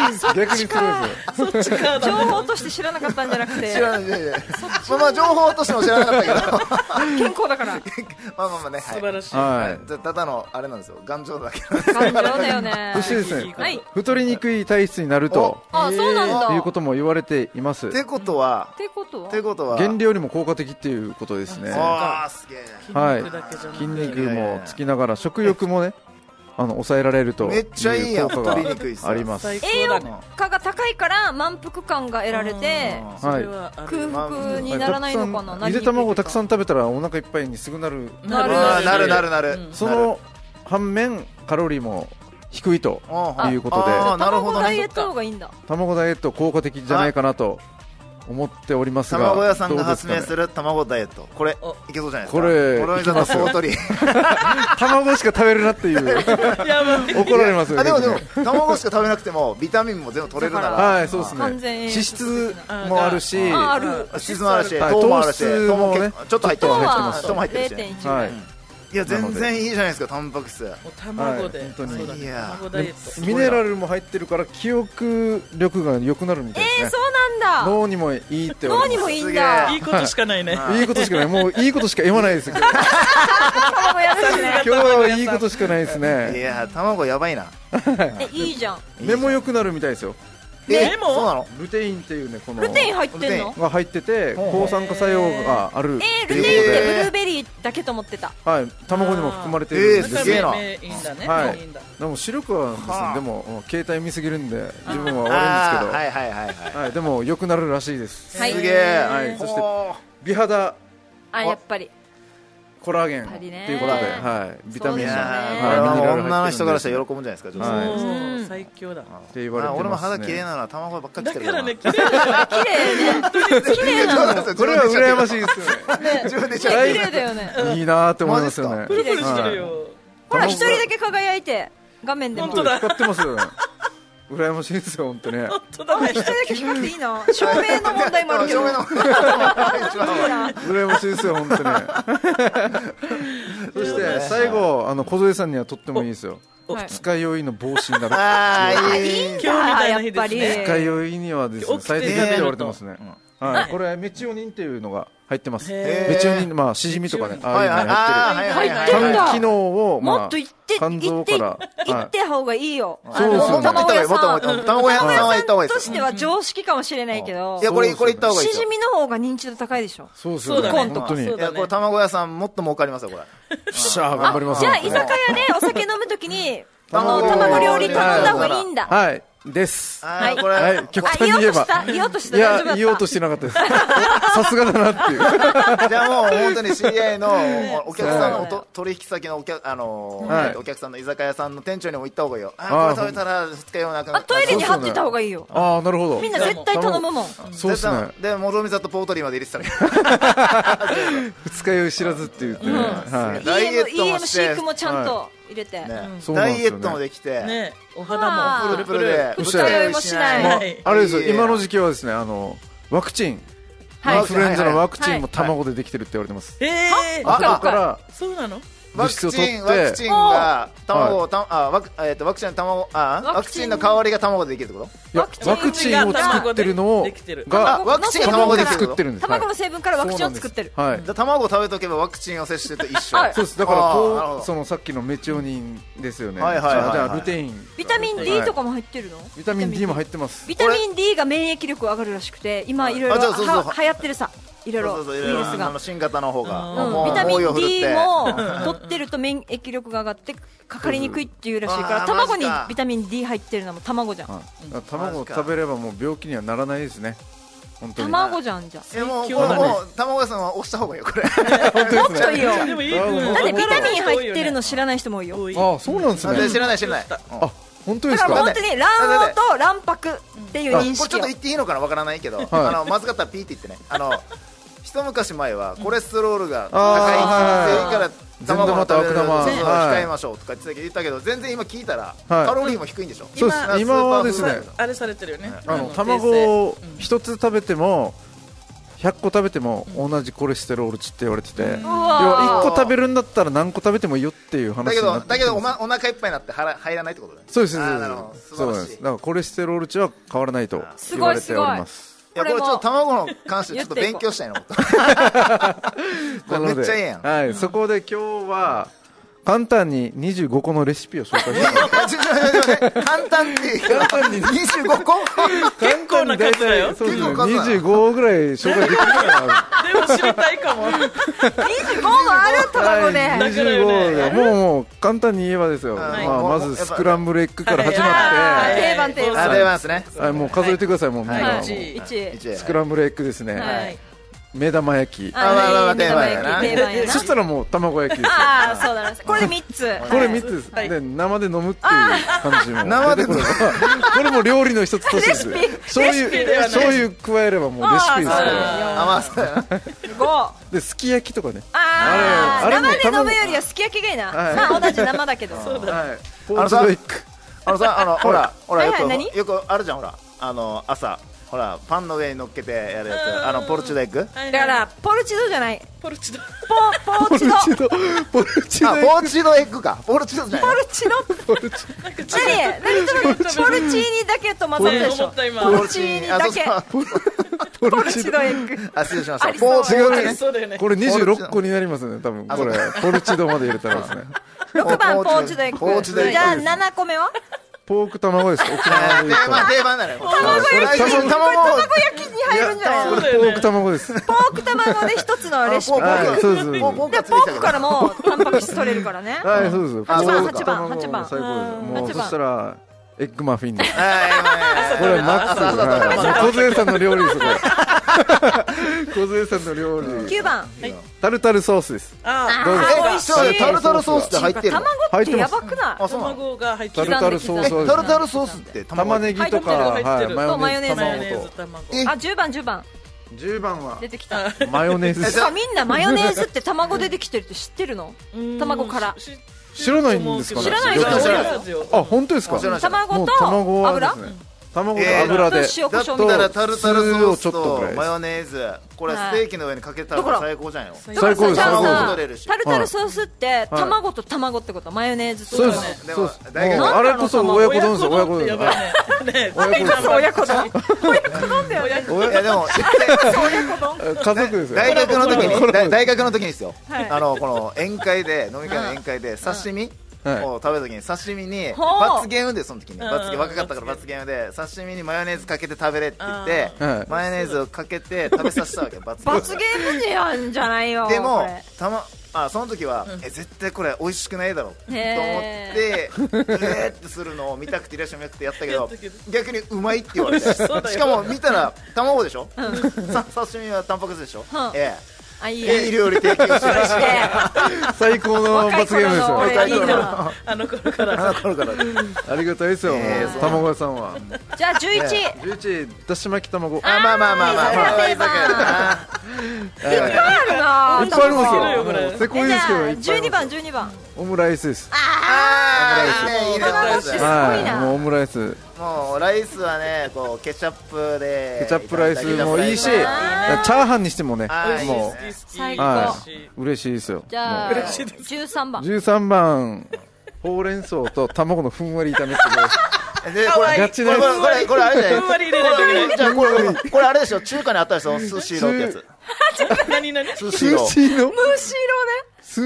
Speaker 2: ない
Speaker 4: すげえな逆にすごいです
Speaker 9: そっちか
Speaker 8: 情報と して知らなかったんじゃなくて
Speaker 2: 知らないいやいやまあまあ情報としても知らな かったけど
Speaker 8: 健康だから
Speaker 2: まあまあまあねは
Speaker 9: 素
Speaker 2: い
Speaker 9: 晴らしい
Speaker 4: ねは
Speaker 2: はい
Speaker 4: い
Speaker 2: じゃあただのあれなんですよ頑丈だ け
Speaker 8: 感情だよね
Speaker 4: そしてですね
Speaker 8: はい
Speaker 4: 太りにくい体質になると
Speaker 8: あそうなんだ
Speaker 4: いうことも言われています
Speaker 2: ってことは
Speaker 8: ってことは
Speaker 2: ってことは
Speaker 4: 減量にも効果的っていうことですね
Speaker 2: ああすげえ
Speaker 4: はい
Speaker 9: 肉だけじゃなく
Speaker 4: 筋肉もつきながら食欲もねあの抑えられると
Speaker 2: めっちゃいいやん
Speaker 4: う効果が
Speaker 2: 太りにくいっす
Speaker 4: あります
Speaker 9: 最高
Speaker 8: 栄養
Speaker 9: だね
Speaker 8: 価が高いから満腹感が得られて
Speaker 2: うん
Speaker 9: それはある
Speaker 8: 空腹にならないのかな
Speaker 4: はいたくさんゆで卵をたくさん
Speaker 8: ん
Speaker 4: 食べたらお腹いっぱいにすぐなる
Speaker 8: なる
Speaker 2: あーなるなるなる、
Speaker 9: うん
Speaker 4: その反面カロリーも低いと
Speaker 2: と
Speaker 4: いうことで
Speaker 2: なるほ
Speaker 8: 卵
Speaker 2: ど
Speaker 8: ダイエ
Speaker 2: ね
Speaker 8: ットの方がいいんだ
Speaker 4: 卵ダイエット効果的じゃないかなと思っておりますが
Speaker 2: 卵屋さんが発
Speaker 4: どう
Speaker 2: 明
Speaker 4: です
Speaker 2: す
Speaker 4: かね
Speaker 2: る卵ダイエットこれ
Speaker 9: お
Speaker 2: いけそうじゃないですか
Speaker 4: これ
Speaker 2: これさんの総取り
Speaker 4: 卵しか食べるなっていう
Speaker 9: や ばい
Speaker 4: 怒られますよ
Speaker 2: あでもでも
Speaker 4: 逆に
Speaker 2: 卵しか食べなくてもビタミンも全部取れるなら
Speaker 8: だから
Speaker 4: はいそうですね
Speaker 8: 完全栄養
Speaker 4: 脂質もあるし
Speaker 8: あーある
Speaker 2: 脂質もあるし
Speaker 4: はい
Speaker 2: 糖もあるし
Speaker 4: 糖質
Speaker 2: 糖も
Speaker 4: もね
Speaker 2: 結構ちょっと入って
Speaker 8: 糖
Speaker 2: るし
Speaker 8: は
Speaker 2: 糖も入ってるしね
Speaker 8: 0.1
Speaker 4: はい
Speaker 2: いや全然いいじゃないですかタンパク質
Speaker 9: もう卵で、
Speaker 4: はい本当に
Speaker 9: そうだね
Speaker 2: いや
Speaker 9: 卵ダイエット
Speaker 4: ミネラルも入ってるから記憶力が良くなるみたいです
Speaker 8: え
Speaker 4: ね
Speaker 8: ーそうなんだ
Speaker 4: 脳にもいいって
Speaker 8: 脳に
Speaker 4: い
Speaker 8: もいいん
Speaker 2: す
Speaker 8: だ
Speaker 9: いいことしかないね
Speaker 4: いいことしかないもういいことしか言わない ですよ今
Speaker 8: 卵やるしね
Speaker 4: 日はいいことしかないです
Speaker 2: い
Speaker 4: ね
Speaker 2: や卵やばいな
Speaker 8: えいいじゃん
Speaker 4: 目も良くなるみたいですよ
Speaker 2: え
Speaker 9: でも
Speaker 2: そうなの
Speaker 4: ルテインっていうねこの
Speaker 8: ルテイン入ってんの
Speaker 4: が入ってて
Speaker 2: ほう
Speaker 4: 抗酸化作用がある
Speaker 8: えー
Speaker 4: ということで、
Speaker 8: ルテインってブルーベリーだけと思ってた
Speaker 4: はい、卵にも含まれているん
Speaker 2: えー
Speaker 4: です
Speaker 2: すげえな
Speaker 9: 目いいんだね、
Speaker 4: は
Speaker 9: 目いいんだ
Speaker 4: い、でも視力はですね、
Speaker 2: はあ
Speaker 4: でも携帯見すぎるんで自分は
Speaker 2: あー
Speaker 4: 悪いんですけど、
Speaker 2: はいはいはいはい
Speaker 4: はい、でも良くなるらしいです
Speaker 8: はい
Speaker 2: すげえ、
Speaker 4: はいそして
Speaker 2: ほ
Speaker 4: 美肌
Speaker 8: あやっぱり
Speaker 4: コラーゲン
Speaker 8: やっぱ
Speaker 4: と
Speaker 8: りね
Speaker 4: いうことで、はい、ビタ
Speaker 2: う
Speaker 4: ミ
Speaker 2: い
Speaker 4: ン
Speaker 8: そう
Speaker 2: や
Speaker 8: でしょうね
Speaker 2: ー
Speaker 4: は
Speaker 2: これ
Speaker 4: い
Speaker 2: はもう
Speaker 4: ミネラル
Speaker 2: 女の人からした
Speaker 4: 入
Speaker 2: ら
Speaker 4: って
Speaker 2: 喜ぶんじゃないですか女
Speaker 4: は
Speaker 2: 性
Speaker 4: い
Speaker 9: お
Speaker 8: う
Speaker 9: ー
Speaker 8: ん
Speaker 9: 最強だ
Speaker 4: るんでって言われ
Speaker 2: あ
Speaker 4: てます、ね、
Speaker 2: 俺も肌綺麗なの卵ばっかり
Speaker 9: だ
Speaker 2: つけて
Speaker 9: か
Speaker 2: る
Speaker 9: ら
Speaker 2: な
Speaker 9: ね綺麗だ
Speaker 8: 綺麗ね綺麗なの
Speaker 4: これは羨ましいです よ
Speaker 2: 自分で
Speaker 8: 綺
Speaker 2: ちゃう
Speaker 8: 麗だよね
Speaker 4: ねいいなーって思いますよ
Speaker 2: マ
Speaker 4: ね
Speaker 9: プルプルしてるよ、
Speaker 8: ほら一人だけ輝いて画面でも
Speaker 9: 本
Speaker 4: 本
Speaker 9: 当
Speaker 4: 当光
Speaker 9: だ
Speaker 4: ってますよね羨ましいですよ本当ね
Speaker 9: 本当だね
Speaker 8: 一人だけ光っていいな照明の問題もあるけ
Speaker 2: 照
Speaker 8: ど
Speaker 2: 明の問題も一番
Speaker 8: いいな
Speaker 4: 羨ましいですよ本当ね そして最後あの小添さんにはとってもいいですよ
Speaker 8: はい
Speaker 4: 二日酔いの防止になる
Speaker 2: ああいい
Speaker 8: いいん
Speaker 9: 今日み
Speaker 8: だ
Speaker 9: たい
Speaker 8: や
Speaker 9: な
Speaker 8: っ
Speaker 9: 日
Speaker 8: ぱ
Speaker 9: です
Speaker 8: り
Speaker 9: ね
Speaker 4: 二日酔いにはですね
Speaker 9: 起きて
Speaker 4: 最適だって言われてますね、はい、これメチオニンっていうのが入ってます
Speaker 9: へ
Speaker 2: ー
Speaker 4: メチオニンまあしじみとかねああ
Speaker 2: はいいう
Speaker 4: の
Speaker 2: はい
Speaker 4: 入って
Speaker 2: は
Speaker 4: る
Speaker 2: いはいはい
Speaker 8: 入ってんだ
Speaker 4: 肝機能を、まあ、
Speaker 8: もっと行って
Speaker 4: 肝
Speaker 8: 行
Speaker 4: 臓
Speaker 8: って
Speaker 4: から
Speaker 8: 行って方がいいよあ
Speaker 4: そうですよ
Speaker 8: の
Speaker 4: ね
Speaker 8: 卵屋
Speaker 2: もっと
Speaker 8: さ
Speaker 2: も
Speaker 8: ん
Speaker 2: っともっと卵屋さんは行った方がいい
Speaker 8: と
Speaker 2: です
Speaker 8: し
Speaker 2: よ
Speaker 8: ては常識かもしれないけど
Speaker 2: いやこれこれ行った方がいい
Speaker 8: し
Speaker 2: です
Speaker 8: じ
Speaker 2: よ
Speaker 8: みの方が認知度高いでしょ
Speaker 4: そうです
Speaker 9: そ
Speaker 4: よ
Speaker 9: う
Speaker 4: ね
Speaker 9: だね
Speaker 4: 本当に
Speaker 9: そ
Speaker 4: よ
Speaker 9: う
Speaker 2: い
Speaker 9: だね
Speaker 2: やこれ卵屋さんもっと儲かりますよこれ
Speaker 4: っしゃー頑張ります
Speaker 8: じゃあ居酒屋でお酒飲むときにあの卵料理頼んだ方がいいんだ
Speaker 4: はいです
Speaker 2: あ
Speaker 8: はい
Speaker 2: ーこれ
Speaker 4: はい極
Speaker 8: あ
Speaker 4: 端に
Speaker 8: 言おう
Speaker 4: 言え
Speaker 8: と
Speaker 4: ば
Speaker 8: した言おうとした
Speaker 4: い
Speaker 8: 大丈
Speaker 4: や
Speaker 8: 夫だった
Speaker 4: 言おうとしてなかったですさすがだなっていう
Speaker 2: じゃあもう本当に知り合いのお客さんのおと取引先のお客あのー
Speaker 4: はい
Speaker 2: お客さんの居酒屋さんの店長にも行った方がいいよ。あ
Speaker 4: あー
Speaker 2: これ食べたら二日酔いなくな
Speaker 8: あ
Speaker 2: る。
Speaker 8: トイレに貼ってた方がいいよ
Speaker 4: ああなるほど
Speaker 8: みんな絶対頼むもん
Speaker 4: そうですね
Speaker 2: でもろみざとポートリーまで入れてたらいい。
Speaker 4: 二日酔い知らずっていうね、は
Speaker 2: ダイエ
Speaker 8: EM
Speaker 2: ットも
Speaker 8: EM
Speaker 2: し
Speaker 8: 飼
Speaker 2: て
Speaker 8: 育もちゃんと入れて
Speaker 2: ね
Speaker 4: そうなん
Speaker 2: ダ
Speaker 4: で
Speaker 2: イエ
Speaker 4: すよね
Speaker 2: ットもできて、
Speaker 9: ねお肌も
Speaker 2: プルプルで
Speaker 4: そし
Speaker 8: 二日酔いもしない
Speaker 4: い、
Speaker 8: は
Speaker 4: まあ
Speaker 9: はい、
Speaker 4: あれですよ
Speaker 2: いいや
Speaker 4: 今の時期はですねあのワクチン、
Speaker 8: はい
Speaker 4: インフルエンザのワクチン
Speaker 8: は
Speaker 4: も
Speaker 8: い
Speaker 4: 卵でできてるって言われてます、
Speaker 9: えー、
Speaker 8: あ
Speaker 4: だから
Speaker 9: そうなの
Speaker 2: ワ
Speaker 4: 物
Speaker 2: ク
Speaker 4: 質を取っ
Speaker 2: チ
Speaker 4: て
Speaker 2: ンワクチンが卵
Speaker 4: は
Speaker 2: をたあワクえっとワクチンの卵あ
Speaker 8: ワクチン
Speaker 2: ワクチンの代わりが卵でできるってこと？
Speaker 4: いや
Speaker 8: ワ
Speaker 4: ワ
Speaker 8: ク
Speaker 4: ク
Speaker 8: チ
Speaker 4: チ
Speaker 8: ンが
Speaker 4: ンを作ってるのを
Speaker 9: できてる
Speaker 2: あ
Speaker 4: が
Speaker 2: ワクチンが卵
Speaker 4: 卵
Speaker 2: で
Speaker 4: で
Speaker 2: きる
Speaker 4: 作
Speaker 2: の
Speaker 4: ってるんです
Speaker 8: 卵の
Speaker 4: はい
Speaker 8: 成分からワクチンを作ってる
Speaker 4: そうなん
Speaker 2: じ
Speaker 4: です
Speaker 2: ゃあ卵を食べとけばワクチンを接種してると一緒。
Speaker 8: はい
Speaker 4: はいそうですだから
Speaker 2: あーなるほ
Speaker 4: こ
Speaker 2: ど
Speaker 4: うそのさっきのメチオニンですよね、
Speaker 2: はいはいはいはい
Speaker 4: じゃあルテイン
Speaker 8: ビタミン D とかも入ってるの
Speaker 4: ビタミン D も入ってます
Speaker 8: ビタミン D が免疫力上がるらしくて今いろいろ
Speaker 2: あじゃあそうそう
Speaker 8: は流行ってるさいろい
Speaker 2: そうそうそう
Speaker 8: ろウイ
Speaker 2: い
Speaker 8: ル
Speaker 2: ろいろ
Speaker 8: ス
Speaker 2: あ
Speaker 8: が
Speaker 2: の新型の方が、
Speaker 9: うん
Speaker 2: もう
Speaker 8: ビタミ
Speaker 2: 猛威を
Speaker 8: ン
Speaker 2: 振るっ
Speaker 8: D
Speaker 2: て
Speaker 8: も取ってると免疫力が上がってかかりにくいっていうらしいから
Speaker 2: あー
Speaker 8: 卵
Speaker 2: マ
Speaker 8: に
Speaker 2: ジか
Speaker 8: ビタミン D 入ってるのも卵じゃん
Speaker 4: はいだから卵を食べればもう病気にはならないですね本当に
Speaker 8: 卵じゃんじゃん
Speaker 2: えもう
Speaker 9: 最
Speaker 2: も
Speaker 9: 強
Speaker 2: う
Speaker 9: だね
Speaker 2: もう卵屋さんは押した方がいいよこ れ
Speaker 8: もっといいよ
Speaker 9: でもいい、
Speaker 4: だ
Speaker 8: だって
Speaker 4: て
Speaker 8: ビタミン入ってるの知らない人も多いよ
Speaker 9: 多い
Speaker 4: ああそうなんです
Speaker 2: あ
Speaker 4: ね
Speaker 2: で知らない知らない、うん
Speaker 4: あ本当で
Speaker 8: だ
Speaker 4: す
Speaker 8: から
Speaker 4: か
Speaker 8: 本当に卵黄と卵白っていう認
Speaker 2: これち
Speaker 8: 識
Speaker 2: ょっ
Speaker 8: よ
Speaker 2: と言っていいのかなわからないけど、あのまずかったらピーって言ってねあの一昔前はコレステロールが
Speaker 4: あー
Speaker 2: 高いから
Speaker 4: 善玉と悪玉
Speaker 2: そうそう
Speaker 4: はい
Speaker 2: 控えましょうとか言ってたけど言ったけど全然今聞いたら
Speaker 4: はい
Speaker 2: カロリーも低いんでしょ
Speaker 4: そうです
Speaker 2: 今
Speaker 4: 今はです
Speaker 2: スーパー
Speaker 4: ね
Speaker 2: フード
Speaker 9: あれされてるよね
Speaker 4: あの
Speaker 9: の
Speaker 4: 卵
Speaker 9: 訂
Speaker 4: を一つ食べても100個食べても同じコレステロール値って言われてて、要は1個食べるんだったら何個食べてもいいよっていう
Speaker 2: だ
Speaker 4: 話
Speaker 2: け
Speaker 4: にな
Speaker 2: ど
Speaker 4: って
Speaker 2: だけどお,、ま、お腹いっぱいになって腹入らないってことね
Speaker 4: そうですそう
Speaker 2: あー
Speaker 4: で
Speaker 2: なるほど
Speaker 4: す
Speaker 2: 素
Speaker 4: そ
Speaker 2: 晴
Speaker 4: うな
Speaker 2: ら
Speaker 4: ん
Speaker 2: し
Speaker 4: で
Speaker 2: い
Speaker 4: すだからコレステロール値は変わらないと
Speaker 8: す
Speaker 4: 言
Speaker 8: ご
Speaker 4: わ
Speaker 8: い
Speaker 4: れて
Speaker 8: す
Speaker 4: お
Speaker 8: ごい
Speaker 4: ります
Speaker 2: いやこれちょっと卵の関してちょっと勉強したいな思ったこれめっちゃええやん
Speaker 4: なのではい、そこで今日は簡単に25個のレシピを紹介します
Speaker 2: ちょちょちょちょ簡単に簡単に25個
Speaker 4: 結構な数だよそうですね
Speaker 2: 結構数だ
Speaker 4: 25ぐらい紹介できるかな
Speaker 9: 正でも知りたい かも
Speaker 8: 25もある卵で、
Speaker 4: はい、
Speaker 9: だからよね
Speaker 4: 25でもうもう簡単に言えばですよ、
Speaker 2: はい
Speaker 4: まあ、ま
Speaker 2: もうもう
Speaker 4: ずスクランブルエッグから始ま
Speaker 8: あ
Speaker 4: っ
Speaker 8: ー
Speaker 4: て、
Speaker 8: 定番定
Speaker 2: あ
Speaker 8: 番
Speaker 2: りますね
Speaker 4: はい、もう数えてください、もうみんな、
Speaker 9: はい
Speaker 4: もう
Speaker 9: 一
Speaker 8: 1位
Speaker 2: 一
Speaker 4: スクランブルエッグですね、
Speaker 9: はい
Speaker 4: 目玉焼き、
Speaker 2: あまあまあまあ定番やな
Speaker 8: 定番やな
Speaker 4: そしたらもう卵焼きですよ
Speaker 8: ああそうだなこれで3つ
Speaker 4: これ3つです、
Speaker 9: はい
Speaker 4: で生で飲むっていう感じも
Speaker 2: 生で飲む
Speaker 4: 出てくるこれも料理の一つとしてです
Speaker 8: レシピ
Speaker 4: 醤油
Speaker 9: レシピではない
Speaker 4: 醤油加えればもうレシピですか
Speaker 9: あ
Speaker 4: ら
Speaker 2: あまあそうやな
Speaker 8: 5あ
Speaker 4: ですき焼きとかね、
Speaker 8: あー
Speaker 4: あれあれも
Speaker 8: 生で飲むよりはすき焼きがいいな
Speaker 4: はい
Speaker 8: まあ同じ生だけど
Speaker 4: はい、ポ
Speaker 2: あ
Speaker 4: ー
Speaker 2: の
Speaker 4: チ
Speaker 2: さ
Speaker 4: ドエッグ
Speaker 2: あのさあのほらほら
Speaker 8: はい
Speaker 2: よ
Speaker 8: はい何
Speaker 2: くよくあるじゃんほらあの朝ほらパンの上に乗っけてやるやつあのポルチドエッグ
Speaker 9: だ
Speaker 8: だからポルチドじゃない
Speaker 9: ポルチド
Speaker 8: ポポーチド
Speaker 4: ポルチドポルチ
Speaker 2: あ
Speaker 4: ドエッグ
Speaker 2: ポルチドエッグかポルチドじゃない
Speaker 8: ポルチド何何それポルチーニだけと混ざるでし
Speaker 9: 思
Speaker 8: ょ
Speaker 9: った今
Speaker 2: ポ
Speaker 8: ルチーニだけ
Speaker 2: あそうそう
Speaker 4: ポ
Speaker 8: ポ
Speaker 4: ル
Speaker 8: ル
Speaker 4: チ
Speaker 8: チ
Speaker 4: ド
Speaker 8: ドエッグ
Speaker 2: あ失礼しました
Speaker 8: ありそう
Speaker 2: ポル違うね
Speaker 9: そうだよね
Speaker 4: これ26個になりますね多分
Speaker 2: あ
Speaker 4: これポルチドまで入れたらです ね
Speaker 8: 6番ポーチドエ
Speaker 2: ポ
Speaker 8: ッ
Speaker 2: ー
Speaker 8: グ
Speaker 2: チドエッグ
Speaker 8: じゃあ7個目は
Speaker 4: ポーク卵です沖縄で言
Speaker 2: 定
Speaker 4: う
Speaker 2: 番定番だね
Speaker 4: 卵
Speaker 2: 焼き
Speaker 8: 卵焼きに入るんじゃない
Speaker 9: そう
Speaker 8: の
Speaker 9: だ
Speaker 4: と
Speaker 9: よ
Speaker 4: ポ
Speaker 9: ね
Speaker 4: ーク卵です
Speaker 8: ポーク卵で一つのレシピ
Speaker 4: あはいそうです
Speaker 2: ポーク
Speaker 8: で
Speaker 2: がつい
Speaker 8: ポ
Speaker 2: てき
Speaker 8: ーク
Speaker 2: た
Speaker 8: から
Speaker 2: から
Speaker 8: もうタンパク質取れるからね
Speaker 4: はいそうです
Speaker 2: あそう
Speaker 4: ポー
Speaker 2: か
Speaker 4: ク卵
Speaker 8: 八番八番
Speaker 4: 最高ですもう
Speaker 8: 八
Speaker 4: そ
Speaker 8: 番
Speaker 4: したらエッグマフィンです
Speaker 2: はい
Speaker 4: これマックス
Speaker 2: 朝朝朝
Speaker 4: はいもう小杉さんの料理ですこれ小杉さんの料理
Speaker 8: 9番
Speaker 4: タルタルソースです
Speaker 9: あ
Speaker 4: どうです
Speaker 2: えちょっと待ってタルタルソースって入ってるの
Speaker 8: 卵ってやばくない
Speaker 2: あそうなの
Speaker 9: 卵が入って
Speaker 4: タ
Speaker 9: る
Speaker 4: ルタルソース
Speaker 2: え
Speaker 4: は
Speaker 2: タルタルソースって
Speaker 4: 玉ねぎとか
Speaker 9: 入ってる入ってる
Speaker 4: はいマヨネーズ
Speaker 8: そうマ
Speaker 9: マヨ
Speaker 8: ヨ
Speaker 9: ネ
Speaker 4: 卵と
Speaker 9: ーズ卵
Speaker 8: あ10番10番
Speaker 4: 10番は
Speaker 8: 出てきた
Speaker 4: マヨネーズです
Speaker 8: てかみんなマヨネーズって卵出てきてるって知ってるの卵から
Speaker 9: し
Speaker 4: 知らないんですかね
Speaker 8: 知らない人
Speaker 2: 知ら
Speaker 9: ないよ
Speaker 4: あ本当ですか
Speaker 2: 知らない
Speaker 4: も
Speaker 8: 卵
Speaker 4: う
Speaker 8: と
Speaker 4: 卵はで
Speaker 8: 油
Speaker 4: すね卵と油で
Speaker 8: えー塩
Speaker 2: だ
Speaker 8: 胡
Speaker 2: っ
Speaker 8: 椒
Speaker 2: た
Speaker 4: た
Speaker 8: み
Speaker 4: い
Speaker 2: ら
Speaker 4: な
Speaker 2: タルタルソース
Speaker 4: 酢をちょっとぐらい
Speaker 2: と
Speaker 4: です
Speaker 2: マヨネーズこれステーキの上にかけた
Speaker 8: だからら
Speaker 2: 最高じゃんよ
Speaker 4: だから最高です
Speaker 8: じゃあ
Speaker 2: 卵も
Speaker 8: さ
Speaker 2: 取れるし
Speaker 8: タルタルソースって
Speaker 4: はい
Speaker 8: 卵と卵ってことマヨネーズと
Speaker 4: そうです
Speaker 8: ね。
Speaker 2: でも
Speaker 4: そうです。
Speaker 2: 大学
Speaker 4: もうあれこそ親子丼です。親子丼
Speaker 9: 親子丼
Speaker 4: で
Speaker 9: や
Speaker 4: す。
Speaker 9: ば
Speaker 4: はい
Speaker 9: いねね
Speaker 4: 親子丼です
Speaker 8: 親子丼
Speaker 2: いやでも
Speaker 4: 家族ですよ。
Speaker 2: 大学の時
Speaker 4: コラボ
Speaker 2: に大大学の時にですよ、あのこの宴会で飲み会の宴会で刺身
Speaker 4: はい
Speaker 2: を食べた時に刺身に
Speaker 8: ほう
Speaker 2: 罰ゲームでその時に罰ゲー
Speaker 9: うん
Speaker 2: ム若かったから罰ゲームで刺身にマヨネーズかけて食べれって言って
Speaker 4: うんはい
Speaker 2: マヨネーズをかけて食べさせたわけ罰ゲーム
Speaker 8: 罰ゲームじゃんじゃないよ
Speaker 2: でも
Speaker 8: これ
Speaker 2: たまあその時は、え絶対これ美味しくないだろうと思ってえ
Speaker 8: へ
Speaker 2: ーってするのを見たくていらっしゃるくてやったけ
Speaker 9: や
Speaker 2: ど
Speaker 9: ったけど
Speaker 2: 逆にうまいって言われてし
Speaker 9: そうだよ
Speaker 2: かも見たら卵でしょ、さ刺身はタンパク質でしょ、
Speaker 8: ん
Speaker 2: え
Speaker 8: あいい
Speaker 2: え
Speaker 8: や
Speaker 2: いい料理提供してる
Speaker 8: して
Speaker 4: 最高の罰ゲームですよ。
Speaker 8: 若い頃の俺いいな
Speaker 9: あの頃から
Speaker 2: あの頃から
Speaker 4: ありがたいですよ。もう
Speaker 2: えーそう
Speaker 4: 卵屋さんは。
Speaker 8: じゃあ11位
Speaker 4: 11だし巻き卵。いっぱい
Speaker 2: あまあまあまあまあまあ
Speaker 8: 定番
Speaker 2: ま
Speaker 8: あ
Speaker 4: あり
Speaker 8: るな
Speaker 9: よこ
Speaker 4: ま
Speaker 9: れ
Speaker 4: すよ。せこい
Speaker 8: え
Speaker 4: で
Speaker 8: じ
Speaker 4: すけどいっぱいあります
Speaker 8: ゃあ
Speaker 4: よ。
Speaker 8: 12番12番
Speaker 4: オムライスです。
Speaker 2: あーいいねいいね
Speaker 8: 卵ってすごい
Speaker 4: はい。もう
Speaker 8: な
Speaker 4: オムライス、
Speaker 2: もうライスはねこうケチャップで
Speaker 4: ケチャップライスもいいし、チャ
Speaker 2: あ
Speaker 4: ーハンにしてもね
Speaker 2: あー、
Speaker 4: も
Speaker 2: いいです
Speaker 8: 最
Speaker 4: う
Speaker 8: 高
Speaker 4: はい嬉しいですよ。
Speaker 8: じゃあ
Speaker 4: もう
Speaker 8: 13番
Speaker 4: 13番ほうれん草と卵のふんわり炒めっていうの
Speaker 2: でこれ
Speaker 4: ガチなやつ
Speaker 2: これこれこれあれじゃない
Speaker 9: ふんわり入れないといけない
Speaker 2: じゃあこれこれこれあれでしょ中華にあったでしょスシローってやつ
Speaker 9: 何何
Speaker 2: ス
Speaker 4: ス
Speaker 2: シロー
Speaker 4: シーの
Speaker 8: むし
Speaker 4: スシー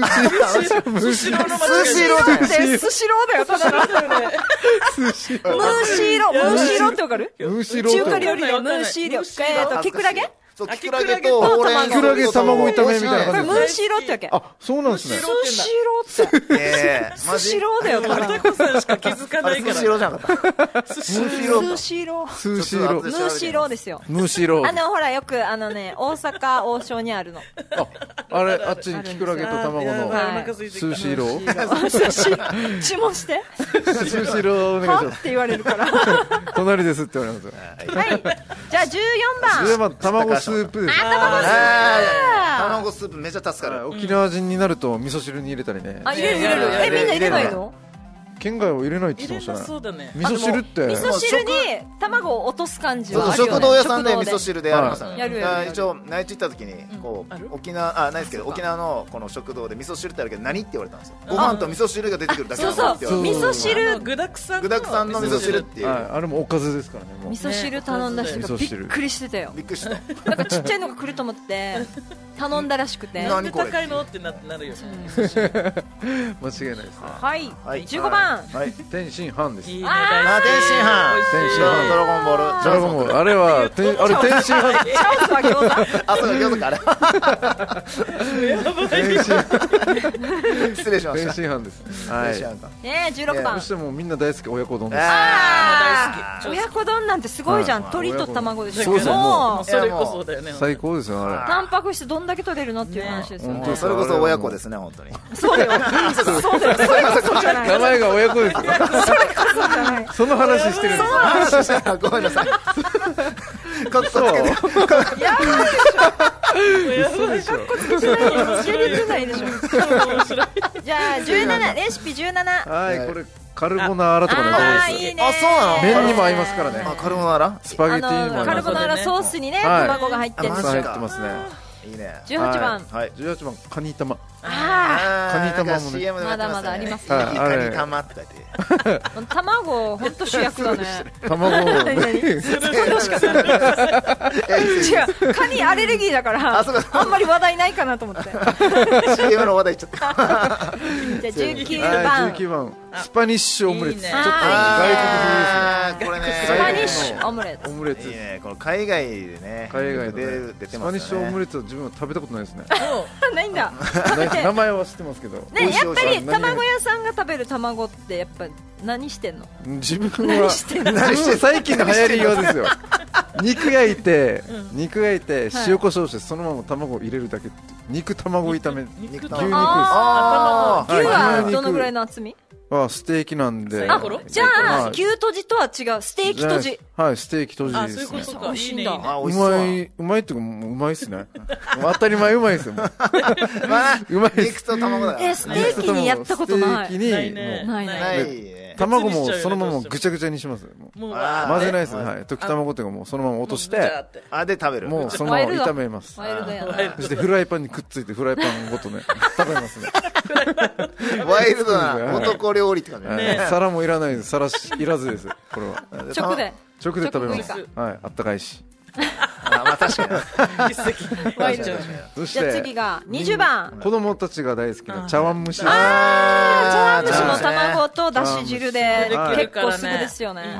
Speaker 4: のスシーの
Speaker 2: スシロー
Speaker 8: ろね
Speaker 2: だよ
Speaker 8: ってスシローだよただのむしろむしろってわかる
Speaker 4: むしろ
Speaker 8: 中華料
Speaker 4: と
Speaker 8: 理のむしろ
Speaker 9: むしろ
Speaker 8: えっときくらげこ
Speaker 2: そう
Speaker 9: あ
Speaker 2: きくらげ
Speaker 9: きくらげ
Speaker 2: と
Speaker 9: と
Speaker 2: ほうれん草
Speaker 4: きくらげ卵炒めみたいな
Speaker 8: れ
Speaker 4: 感じ
Speaker 8: むしろってわけ
Speaker 4: あそうなんですね
Speaker 8: むしろって
Speaker 2: ええマ
Speaker 8: む
Speaker 2: ジ
Speaker 8: しろだよただの
Speaker 9: タコさんしか気づか
Speaker 2: あ
Speaker 9: な
Speaker 2: れ
Speaker 9: い
Speaker 2: ス
Speaker 9: か
Speaker 2: シローじゃなかったスシロ
Speaker 8: む
Speaker 2: ー
Speaker 8: しろ
Speaker 4: スシロ
Speaker 2: ちょっ
Speaker 8: むしろですよ
Speaker 4: むしろ
Speaker 8: あのほらよくあのね大阪王将にあるの
Speaker 4: あれあっちにきくらげと
Speaker 9: ら
Speaker 4: 卵
Speaker 9: や
Speaker 4: の
Speaker 9: ばいお腹空いてきた
Speaker 4: スシロー
Speaker 8: 注文して
Speaker 4: スシローお願いし
Speaker 8: は
Speaker 4: ま
Speaker 8: っ
Speaker 4: す
Speaker 8: て言われるからは
Speaker 4: 隣ですって言われますよ
Speaker 8: いじゃあ14番
Speaker 4: 10番卵し
Speaker 2: ススーー
Speaker 4: プ
Speaker 2: 卵スープめちゃ助かる
Speaker 4: 沖縄人になると味噌汁に入れたりね
Speaker 8: あ入れる入れる
Speaker 2: 入れる
Speaker 8: えみんな入れないの
Speaker 4: 県外を入れないって
Speaker 9: 入
Speaker 4: 言っ
Speaker 9: れ
Speaker 4: てま
Speaker 9: な
Speaker 4: した
Speaker 9: そ
Speaker 4: ね
Speaker 9: うだね
Speaker 4: 味噌汁って
Speaker 8: 味噌汁に卵を落とす感じ
Speaker 2: そう
Speaker 8: は
Speaker 2: そう
Speaker 8: あるよね
Speaker 2: 食堂屋さんで味噌汁でやりました
Speaker 8: は
Speaker 2: ね
Speaker 8: いやるやる
Speaker 2: あ一応内地行った時にこ
Speaker 9: ある
Speaker 2: う沖縄あないですけど沖縄のこの食堂で味噌汁ってあるけど何って言われたんですよご飯と味噌汁が出てくるだけ
Speaker 8: そ
Speaker 2: な
Speaker 8: う
Speaker 2: ですよっ
Speaker 8: んそう
Speaker 2: て言われ
Speaker 8: 味
Speaker 2: て
Speaker 8: 噌
Speaker 9: あの
Speaker 8: 汁
Speaker 9: 具だくさん
Speaker 2: 具沢山の味噌汁っていう
Speaker 4: はい、あれもおかずですからねもう
Speaker 8: 味噌汁頼んだ人がびっくりしてたよ
Speaker 2: びっくりした
Speaker 8: なんかちっちゃいのが来ると思って頼んだらしくて
Speaker 2: な
Speaker 8: は
Speaker 9: なんで高いのってななるよね
Speaker 4: 間違いないですね
Speaker 8: い
Speaker 2: はい
Speaker 8: 15番
Speaker 2: はい
Speaker 4: 天津飯です
Speaker 9: いいね
Speaker 8: あー
Speaker 2: あ天津飯
Speaker 4: 天津
Speaker 2: ドラド
Speaker 4: 飯
Speaker 2: ラゴンボール
Speaker 4: ドラゴンボールあれはてんあれ天 津飯
Speaker 8: チャンスは餃
Speaker 2: あそうか餃子かあれ
Speaker 4: 天津飯
Speaker 2: 失礼しまし
Speaker 4: 天
Speaker 2: た
Speaker 4: 津飯ですねはい
Speaker 2: 天津飯か
Speaker 8: 子ねえ16
Speaker 4: そ
Speaker 8: 番
Speaker 4: してもうみんな大好き親子丼です
Speaker 8: あー
Speaker 9: 大好き
Speaker 8: 親子丼なんてすごいじゃん
Speaker 2: はい
Speaker 8: 鶏と卵でしょ
Speaker 4: そうそう
Speaker 8: も
Speaker 9: もうそれこそだよね
Speaker 4: 最高ですよあ
Speaker 8: タンパク質どんだけ取れるのっていう話ですよ
Speaker 4: ね
Speaker 8: ね
Speaker 4: 本
Speaker 2: それこそ親子ですね本当に
Speaker 8: そうだよそうだよそれこそじゃな
Speaker 4: れ
Speaker 8: いそ
Speaker 4: 名前が親子ですよ
Speaker 8: れこそじゃない
Speaker 4: その話してるんですよ
Speaker 2: ごめんなさいカットつけて
Speaker 4: 嘘でしょ
Speaker 8: 知れてないでしょ じゃあ17レシピ17
Speaker 4: はいこれカルボナーラとかね
Speaker 8: あ
Speaker 4: ど
Speaker 8: ー
Speaker 4: うです
Speaker 8: いいね
Speaker 2: あそうなの
Speaker 4: 麺にも合いますからね
Speaker 2: あカルボナーラ
Speaker 4: スパゲティ
Speaker 8: あ
Speaker 4: にも
Speaker 8: の
Speaker 4: 合
Speaker 8: カ
Speaker 4: い
Speaker 8: ルボ
Speaker 4: ま
Speaker 8: ナーラソースにね
Speaker 4: はい
Speaker 8: 卵が入って
Speaker 4: す
Speaker 8: る
Speaker 2: ナ
Speaker 8: ん
Speaker 2: ーラ
Speaker 4: たくさん入
Speaker 8: ですよ
Speaker 4: ってますね
Speaker 2: いいね
Speaker 8: 18番
Speaker 2: はい
Speaker 4: 18番カニ玉
Speaker 8: あ
Speaker 2: カ
Speaker 4: カニ玉もね
Speaker 2: CM でもやっ
Speaker 8: ま
Speaker 2: て
Speaker 8: だまだあ
Speaker 2: ね
Speaker 8: ります
Speaker 4: はい
Speaker 8: ね
Speaker 2: カニ玉って言って
Speaker 8: 卵本当主役だね
Speaker 4: 卵を
Speaker 8: 何何 違うカニアレルギーだから
Speaker 2: あそうか
Speaker 8: あんまり話題ないかなと思 ってじゃあ
Speaker 2: CM の話題いっちゃった
Speaker 8: 19
Speaker 4: はい
Speaker 8: 番
Speaker 4: 19番スパニッシュオムレ
Speaker 9: い
Speaker 4: ツ
Speaker 9: い
Speaker 4: ちょ
Speaker 9: ね
Speaker 4: っと
Speaker 2: あ
Speaker 4: 外
Speaker 2: ーこれね
Speaker 4: 国
Speaker 8: スパ
Speaker 4: 風
Speaker 8: ニッ
Speaker 4: です
Speaker 8: シ
Speaker 4: ね
Speaker 8: ュオムレツ
Speaker 4: オムレツ
Speaker 2: いいねこの海外でね
Speaker 4: 海外の
Speaker 2: で
Speaker 4: ね
Speaker 2: 出て
Speaker 4: ス
Speaker 2: ま
Speaker 4: パ
Speaker 2: す
Speaker 4: ニッシュオム
Speaker 2: レ
Speaker 4: レツは自分は食べたことないですね
Speaker 8: ないんだ
Speaker 4: な名前は知ってますけど
Speaker 2: 美
Speaker 8: ね
Speaker 2: 味しい
Speaker 8: やっぱ
Speaker 2: 美味
Speaker 8: り
Speaker 2: しい
Speaker 8: 卵屋さんが食べる卵ってやっぱ何してんの
Speaker 4: 自分は
Speaker 8: 何してんの
Speaker 4: 自分は最近の流行りようですよ肉焼いて肉焼いて塩コショウしてそのまま卵を入れるだけって肉卵炒め牛
Speaker 9: 肉
Speaker 4: 肉
Speaker 9: と
Speaker 4: ですあ
Speaker 2: あ
Speaker 4: はい
Speaker 8: 牛は
Speaker 4: 牛肉
Speaker 8: どのぐらいの厚み
Speaker 4: ステーキなんで
Speaker 9: サイコロ
Speaker 8: じゃあ牛とじとは違うステーキとじ
Speaker 4: はいステーキとじ
Speaker 9: あ
Speaker 4: で
Speaker 9: そういう
Speaker 4: すね
Speaker 8: 美
Speaker 9: ことかい
Speaker 8: 味しい
Speaker 9: い
Speaker 8: んだ
Speaker 9: ねいいね
Speaker 2: ー
Speaker 4: う
Speaker 2: 美味しそう
Speaker 4: まいうまいっていうかもううまいっすね当たり前うまいっすよもう
Speaker 2: まあ
Speaker 4: うまいっ
Speaker 2: 肉
Speaker 4: す
Speaker 2: と卵だから
Speaker 8: えステーキにやったことない
Speaker 4: ステーキに
Speaker 9: ないね
Speaker 4: もう
Speaker 8: ないね
Speaker 2: ないね
Speaker 4: 卵もそのままぐちゃぐちゃにしますもう
Speaker 9: もう
Speaker 2: あー
Speaker 4: 混ぜないですね
Speaker 2: ね
Speaker 4: はい溶き卵というかもうそのまま落として
Speaker 9: もうぐち ゃって
Speaker 2: あで食べる
Speaker 4: もうそのまま炒めます
Speaker 8: ワイルドやな
Speaker 4: そしてフライパンにくっついてフライパンごと ね食べますね
Speaker 2: ワイルド な男料理って感じだね
Speaker 4: はい皿もいらないです皿しいらずですこれは
Speaker 8: 直で
Speaker 4: 直で食べます
Speaker 8: 直
Speaker 4: はいあったかいし
Speaker 2: あまあ 確かに
Speaker 9: ワイルドやな
Speaker 4: そし
Speaker 8: じゃあ
Speaker 4: て
Speaker 8: 次が20番
Speaker 4: 子供たちが大好きな茶碗蒸しです
Speaker 2: あ
Speaker 8: 茶碗蒸しの卵とだし汁で
Speaker 4: はい
Speaker 8: 結構すぐですよね
Speaker 9: いいね
Speaker 4: は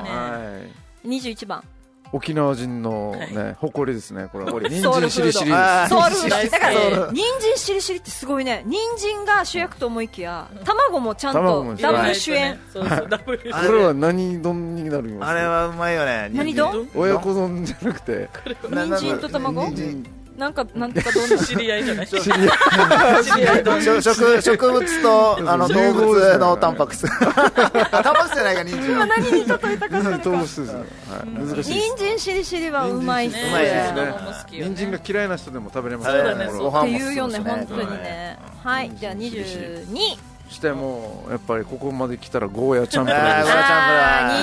Speaker 4: い
Speaker 8: 21番誇
Speaker 4: 沖縄人のね誇りですねこれは人
Speaker 8: ソウルフー
Speaker 4: 参
Speaker 8: ド
Speaker 4: しりしり
Speaker 2: あー
Speaker 8: ソウルフードだから
Speaker 9: ソウル
Speaker 8: 人参しりしりってすごいね人参が主役と思いきや卵もちゃん
Speaker 4: 卵
Speaker 8: と
Speaker 4: も
Speaker 8: ダブル主演
Speaker 9: そうそうダブル主演
Speaker 4: これは何丼になるんです
Speaker 2: あれはうまいよね
Speaker 8: 何丼
Speaker 4: 親子丼じゃなくて
Speaker 2: なな
Speaker 8: 人参と卵
Speaker 2: 人参
Speaker 8: なんかなんとかどんな
Speaker 9: 知り合いじゃない
Speaker 4: 知り合い
Speaker 9: 知り合いと
Speaker 2: 植 植物とあの動物のタンパク質 タンパク質じゃないか人参は
Speaker 8: 何に例えたかったの
Speaker 4: 糖
Speaker 8: か
Speaker 4: 質ですねはい難しいです
Speaker 8: 人参しりしりはうまいっす
Speaker 9: 人
Speaker 2: 参しりしり
Speaker 8: ね
Speaker 2: ね
Speaker 9: 子供好きよね
Speaker 4: 人参が嫌いな人でも食べれます
Speaker 2: そうだね
Speaker 4: これ
Speaker 2: そうご
Speaker 4: は
Speaker 2: 飯も
Speaker 8: っていうよね
Speaker 2: そうですね
Speaker 8: 本当にねはいじゃあ22
Speaker 4: そしてもうやっぱりここまで来たらゴーヤチャンプル
Speaker 2: あー
Speaker 4: ー
Speaker 2: ゴ
Speaker 4: で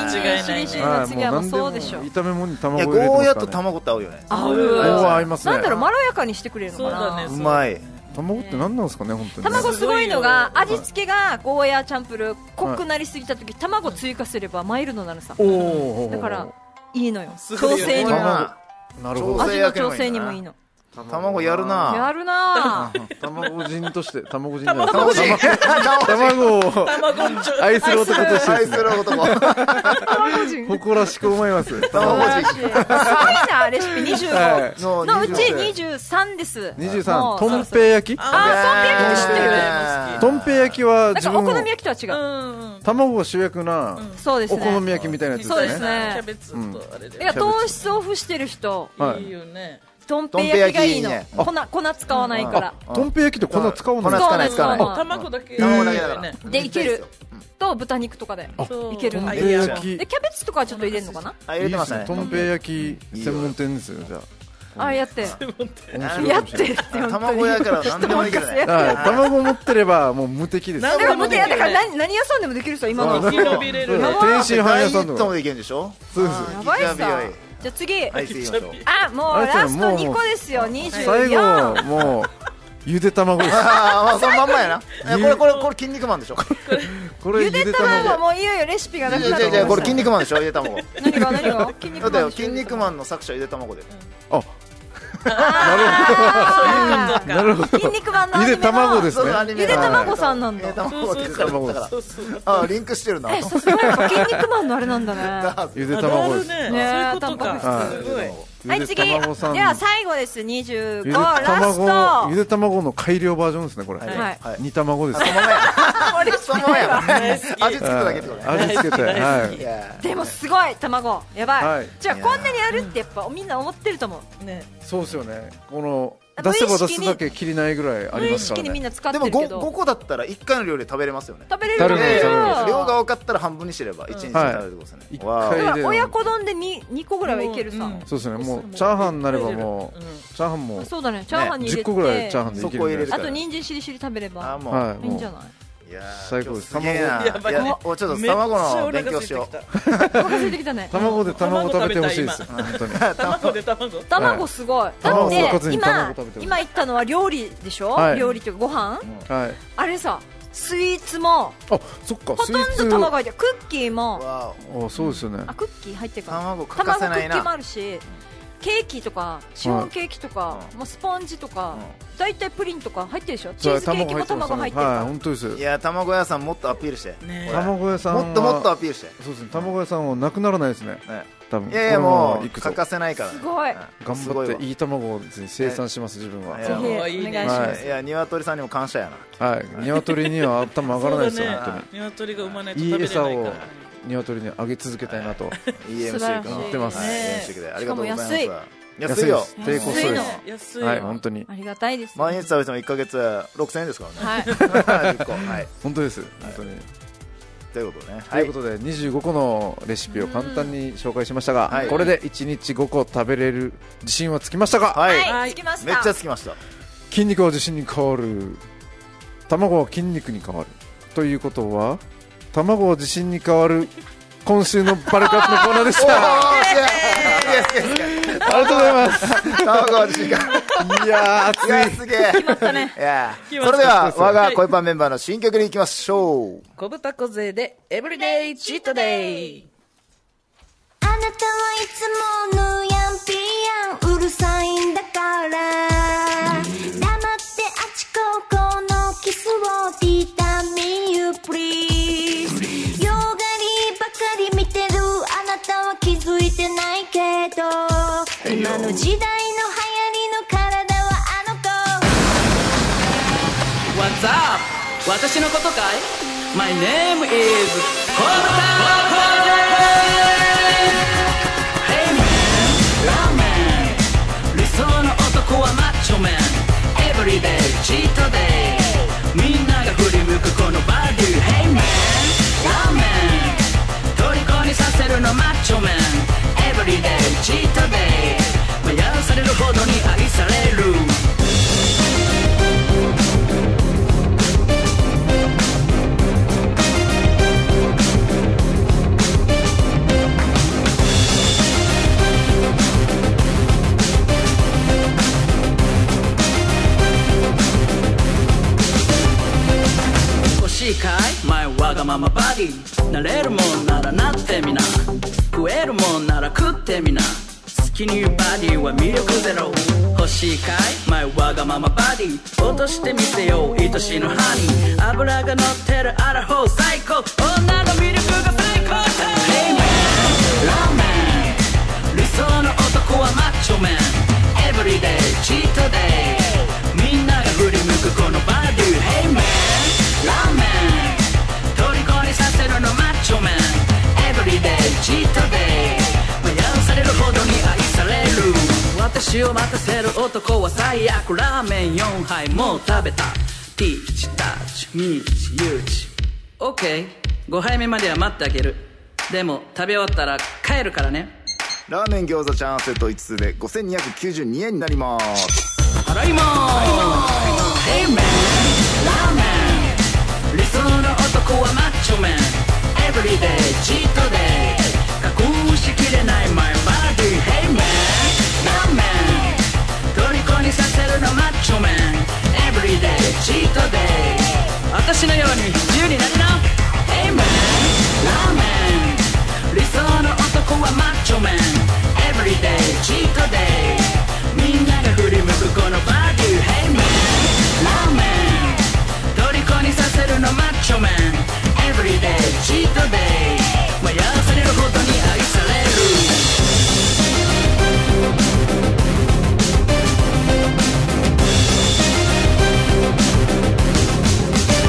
Speaker 4: す
Speaker 2: ー
Speaker 8: あー人
Speaker 9: ーチャンプルー
Speaker 8: 参しりしり
Speaker 4: は
Speaker 8: の
Speaker 4: い
Speaker 8: 次はもうそうでしょ
Speaker 4: もう何でも炒め物に
Speaker 2: いや
Speaker 4: 卵を入れて
Speaker 2: ゴーヤ
Speaker 4: ま
Speaker 2: と
Speaker 4: すからね
Speaker 2: 卵って合うよね
Speaker 8: 合
Speaker 4: ゴーヤ合いうますね
Speaker 8: なんだろうまろやかにしてくれるの
Speaker 9: そう
Speaker 8: かな
Speaker 9: だね
Speaker 2: うまい
Speaker 4: 卵って何なんですかね本当にね
Speaker 8: 卵すごいのが味付けがゴーヤーチャンプルー濃くなりすぎた時卵追加すればマイルドになるさ
Speaker 4: おお
Speaker 8: だからいいのよ
Speaker 9: すご
Speaker 8: 調
Speaker 9: いよ
Speaker 8: 整に
Speaker 9: ね
Speaker 2: う
Speaker 8: も
Speaker 2: ま
Speaker 4: なるほど
Speaker 2: 調
Speaker 8: 味の調整にもいいの
Speaker 2: い卵やるな
Speaker 8: やるなぁ
Speaker 4: 卵人として卵人じゃない
Speaker 2: 卵人
Speaker 4: 卵を
Speaker 9: 卵ちょ
Speaker 4: 愛する男として
Speaker 2: 愛
Speaker 4: で
Speaker 2: す
Speaker 4: すね
Speaker 2: る男
Speaker 8: 卵人素
Speaker 4: 誇らしく思います
Speaker 2: 卵
Speaker 8: 晴らしいすごいなレシピ
Speaker 4: は
Speaker 8: 25
Speaker 4: い
Speaker 2: の
Speaker 8: のうち
Speaker 2: 二
Speaker 8: 23ですも
Speaker 4: 23
Speaker 8: う
Speaker 4: とんぺい焼き
Speaker 8: あーそんぺい焼きも知ってる
Speaker 2: あー
Speaker 4: とんぺい焼きは
Speaker 8: なん
Speaker 4: 自
Speaker 8: かお
Speaker 4: 分
Speaker 8: 好
Speaker 4: を
Speaker 8: み焼きとは違う
Speaker 9: うん
Speaker 4: 卵が主役な
Speaker 8: そうです
Speaker 4: お好
Speaker 8: ね
Speaker 4: み焼きみたいなやつです
Speaker 8: そう
Speaker 4: ね
Speaker 8: ですね
Speaker 9: キャベツとあれ
Speaker 8: だ
Speaker 9: で
Speaker 8: から糖質オフしてる人
Speaker 4: はい
Speaker 9: いいよね
Speaker 8: とんぺい焼きがいいの
Speaker 2: とんぺい
Speaker 8: 粉粉使わないから
Speaker 4: あとんぺい焼きって粉使わ
Speaker 2: 粉
Speaker 4: ない
Speaker 2: 使わない使
Speaker 8: 使
Speaker 2: わ
Speaker 8: わ
Speaker 2: な
Speaker 8: ないい
Speaker 9: 卵だけ
Speaker 2: 卵だけだから
Speaker 8: でいけると豚肉とかで
Speaker 9: そう
Speaker 8: いける
Speaker 4: と
Speaker 8: の
Speaker 4: ん
Speaker 8: で
Speaker 4: ぺい焼き
Speaker 8: キャベツとかはちょっと入れるのかな
Speaker 2: あ入れてました
Speaker 4: とん
Speaker 2: ね
Speaker 4: ぺい焼き専門店ですよじゃあ
Speaker 8: あやって
Speaker 4: 面白い
Speaker 8: や
Speaker 4: か
Speaker 8: っ
Speaker 4: もしてれ
Speaker 8: って本当に
Speaker 2: 卵屋から
Speaker 8: 人
Speaker 2: 何でもいいけど
Speaker 8: 任
Speaker 2: ね
Speaker 8: せ
Speaker 4: ないはい卵持ってればもう無敵です
Speaker 9: な
Speaker 8: でも無敵だ
Speaker 9: 卵
Speaker 8: から何何屋さんでもできるさ今の
Speaker 2: そう
Speaker 8: や
Speaker 9: 生き延びれる
Speaker 4: そう
Speaker 8: ば
Speaker 4: 天津飯屋さ
Speaker 2: ダイ
Speaker 4: んと
Speaker 2: エットも
Speaker 4: か
Speaker 2: できるんでしょ
Speaker 4: そうです
Speaker 8: ばい
Speaker 2: ギガ
Speaker 8: さ
Speaker 2: ビアイ
Speaker 8: じゃあ次
Speaker 2: はい次行き ましょう
Speaker 8: あもう
Speaker 4: あれさ
Speaker 8: ラスト
Speaker 4: もう
Speaker 8: 2個ですよ
Speaker 4: 最
Speaker 8: 24
Speaker 4: 後もうゆで 卵です
Speaker 2: ああまあそのまんまやないやこれこれこれ筋肉マンでしょ
Speaker 4: これ
Speaker 8: ゆで卵もういよいよレシピがなく
Speaker 2: じ
Speaker 8: な
Speaker 2: ゃ
Speaker 8: って
Speaker 2: じ
Speaker 8: きま
Speaker 2: ゃこ
Speaker 8: し
Speaker 2: れ筋肉マンでしょゆで卵
Speaker 8: た何が何 が筋
Speaker 2: だ
Speaker 8: 肉
Speaker 2: って
Speaker 8: マ
Speaker 2: よ
Speaker 8: ン
Speaker 2: 筋肉マンの作者はゆで卵で
Speaker 8: あ
Speaker 4: なるほ
Speaker 8: ー
Speaker 4: ど
Speaker 8: 筋肉マンのアニ
Speaker 4: ゆで
Speaker 8: メの
Speaker 4: 卵ですね
Speaker 2: アニメ
Speaker 8: ゆで卵さんなんだ
Speaker 2: ゆで卵です
Speaker 4: そうそう
Speaker 2: だからあリンクしてるな
Speaker 8: えさすがやっぱ筋肉マンのあれなんだね
Speaker 4: ゆで
Speaker 9: あるあ
Speaker 4: 卵で
Speaker 9: る
Speaker 4: す
Speaker 9: ね
Speaker 8: ね
Speaker 9: そういうこと
Speaker 4: タンパ
Speaker 9: か
Speaker 4: ク質
Speaker 9: すごい
Speaker 8: はい次
Speaker 4: ゆで卵さん
Speaker 8: では最後です25
Speaker 4: ゆで
Speaker 8: ラスト
Speaker 4: 卵ゆで卵の改良バージョンですねこれ
Speaker 2: はい
Speaker 8: はい
Speaker 2: はい
Speaker 4: 煮卵です
Speaker 2: そのままやな味付けただけってことね
Speaker 4: 味付けてはい
Speaker 2: いや
Speaker 8: でもすごい卵やばい、
Speaker 4: はい
Speaker 8: じゃあこんなにやるってやっぱみんな思ってると思う
Speaker 9: ね
Speaker 4: そうですよねこの
Speaker 8: あ
Speaker 4: 出せば
Speaker 8: 無
Speaker 4: 出
Speaker 8: 意識
Speaker 4: す
Speaker 8: に
Speaker 4: だけ切りないぐらいあ
Speaker 8: 無
Speaker 4: りま
Speaker 8: 意
Speaker 4: すか
Speaker 8: 識に
Speaker 4: ら
Speaker 8: みん
Speaker 4: ね
Speaker 8: な使っ
Speaker 2: で
Speaker 8: て
Speaker 2: も
Speaker 8: るけ
Speaker 2: 5,
Speaker 8: ど
Speaker 2: 5個だったら1回の量で食べれますよね
Speaker 8: 食べれる
Speaker 4: 食べれる
Speaker 8: けど
Speaker 4: 食べれる
Speaker 2: 量が多かったら半分にすれば1日に食べるってことですね、
Speaker 4: 一
Speaker 2: わー
Speaker 8: だ
Speaker 4: 回
Speaker 8: か
Speaker 4: で
Speaker 8: ら親子丼で 2, 2個ぐらいはいけるさ、
Speaker 9: うん
Speaker 4: そうですねもうチャーハンになればもう
Speaker 9: う
Speaker 4: チ
Speaker 9: ん
Speaker 4: ャーハンも
Speaker 8: あそうだねチャーハンに入れ
Speaker 4: 10
Speaker 8: て、
Speaker 4: 個ぐらいチャーハンでいけるんじゃないです
Speaker 2: そ
Speaker 4: か
Speaker 8: あと人参しりしり食べれ
Speaker 2: あ
Speaker 8: ば
Speaker 2: ーもう、
Speaker 4: はい
Speaker 8: いいん
Speaker 4: も
Speaker 8: じゃ
Speaker 4: う
Speaker 8: ない
Speaker 2: い、やー
Speaker 4: 最高です
Speaker 2: 今日げえな
Speaker 9: やばい
Speaker 2: いやおちょっと卵の勉強しよう
Speaker 8: お腹空いてきたね
Speaker 4: 卵で卵食べてほしいです本当に
Speaker 9: 卵で卵
Speaker 8: 卵すごいだ
Speaker 4: 卵
Speaker 8: っ
Speaker 4: おかず
Speaker 8: て
Speaker 4: に
Speaker 8: 今
Speaker 4: 卵食べてる
Speaker 8: 今言ったのは料理でしょ、
Speaker 4: はい
Speaker 8: 料理っていうかご飯
Speaker 4: はい
Speaker 8: あれさスイーツも
Speaker 4: あそっか
Speaker 8: ほ
Speaker 4: スイ
Speaker 8: と
Speaker 4: ー
Speaker 8: ん
Speaker 4: ツ
Speaker 8: ど卵入ってるクッキーも
Speaker 2: わー
Speaker 4: あそうですよね
Speaker 8: あクッキー入ってるから
Speaker 2: 卵欠か
Speaker 8: 卵ク
Speaker 2: せない
Speaker 8: ッ
Speaker 2: な
Speaker 8: キーもあるしケーキとかシフォンケーキとか、
Speaker 2: う
Speaker 8: もうスポンジとか、大体プリンとか入ってるでしょチ
Speaker 4: そ
Speaker 8: ー
Speaker 4: れ
Speaker 8: ズケーキも卵入ってる
Speaker 4: はい
Speaker 8: か
Speaker 4: 本当ですよ
Speaker 2: いやー卵屋さんもっとアピールして、
Speaker 9: ね
Speaker 2: これ
Speaker 4: 卵屋さんは
Speaker 2: もっともっとアピールして、
Speaker 4: そうですね卵屋さんはなくならないですね
Speaker 2: ね、
Speaker 4: 多分
Speaker 2: いやいやもう
Speaker 4: いくぞ
Speaker 2: 欠かせないから、ね、
Speaker 8: すごい
Speaker 4: 頑
Speaker 2: すごい
Speaker 4: 張
Speaker 2: わ
Speaker 4: っていい卵を生産します自分は
Speaker 2: ね卵
Speaker 8: ら、
Speaker 9: は
Speaker 8: ぜ
Speaker 9: い
Speaker 8: ひお願いし
Speaker 9: いいね
Speaker 8: ます、
Speaker 4: はい
Speaker 2: いや鶏さんにも感謝やな
Speaker 4: はい鶏には頭上がらないですよ
Speaker 9: そうだ
Speaker 4: 本
Speaker 9: ね鶏が産まない
Speaker 4: 当
Speaker 9: と
Speaker 4: にいい
Speaker 9: 食べれ
Speaker 4: 餌
Speaker 9: ないか
Speaker 4: を
Speaker 9: ら
Speaker 4: 鶏にあげ続けたいなと
Speaker 2: いい
Speaker 8: 素
Speaker 2: MC
Speaker 8: 晴ら
Speaker 2: か
Speaker 8: しい
Speaker 2: な
Speaker 4: ってます
Speaker 2: はい、
Speaker 8: ね
Speaker 2: いい MC でありがとうございます
Speaker 8: しかも
Speaker 2: 安いよ
Speaker 4: 安いです低コスト
Speaker 8: 安い
Speaker 4: で
Speaker 8: の
Speaker 4: す
Speaker 9: 安い
Speaker 4: はい本当に
Speaker 8: ありがたいですね、
Speaker 2: 毎日食べても1ヶ月6000円です からね、
Speaker 8: はい
Speaker 2: はい、10個はい
Speaker 4: 本当です本当に
Speaker 2: ということでね
Speaker 4: と
Speaker 2: はいいう
Speaker 4: ことで25個のレシピを簡単に紹介しましたが
Speaker 2: はい
Speaker 4: これで1日5個食べれる自信はつきましたか
Speaker 2: はい、
Speaker 8: はい、着きました
Speaker 2: めっちゃつきました
Speaker 4: 筋肉は自信に変わる卵は筋肉に変わるということは卵は自信に変わる今週のバルカップのコーナーでし
Speaker 2: お
Speaker 4: た
Speaker 2: ーすげえすげえすげえ
Speaker 4: ありがとうございます
Speaker 2: 卵は時間
Speaker 4: いやー
Speaker 2: いやすげえ決まったねいやそれでは我が恋パンメンバーの新曲に行きましょう
Speaker 9: 小豚小勢でエブリデイチートデイ
Speaker 5: あなたはいつもぬやんぴやんうるさいんだから黙ってあちこちのキスを Tell me you please よがりばかり見てるあなたは気づいてないけど今の時代の流行りの体はあの子
Speaker 9: What's up? 私のことかい ?My name is 小豚小勢 Hey man, ラーメン理想の男はマッチョメン Everyday, cheat day みんなが振り向くこのバディ Hey man, ラーメン虜にさせるのマッチョメン Everyday, cheat day 迷わされるほどに愛される欲しいかい前わがままバディなれるもんならなってみな食えるもんなら食ってみな好きにバディは魅力ゼロ欲しいかい前わがままバディ落としてみせよう愛しのハニー脂が乗ってるアラフォー最高女の魅力が最高だ Hey man ラーメン理想の男はマッチョメン Everyday チートデイみんなが振り向くこのバディ Hey man ラーメン虜にさせるのマッチョメン Everyday チートデイ迷わされるほどに愛される私を待たせる男は最悪ラーメン4杯もう食べたピーチタッチミーチユーチ OK5 杯目までは待ってあげるでも食べ終わったら帰るからね
Speaker 2: ラーメン餃子チャーンセット5つで5292円になります
Speaker 7: 払いまーす Hey man ラーメン理想の男はマッチョメン Everyday チートデイ加工しきれない My body Hey man ラーメン虜にさせるのマッチョメン Everyday チートデイ私のように自由になりな Hey man ラーメン理想の男はマッチョメン Everyday チートデイみんなが振り向くこのバディ Hey man ラーメン虜にさせるのマッチョメン Everyday チートデイ迷わされるほどに愛される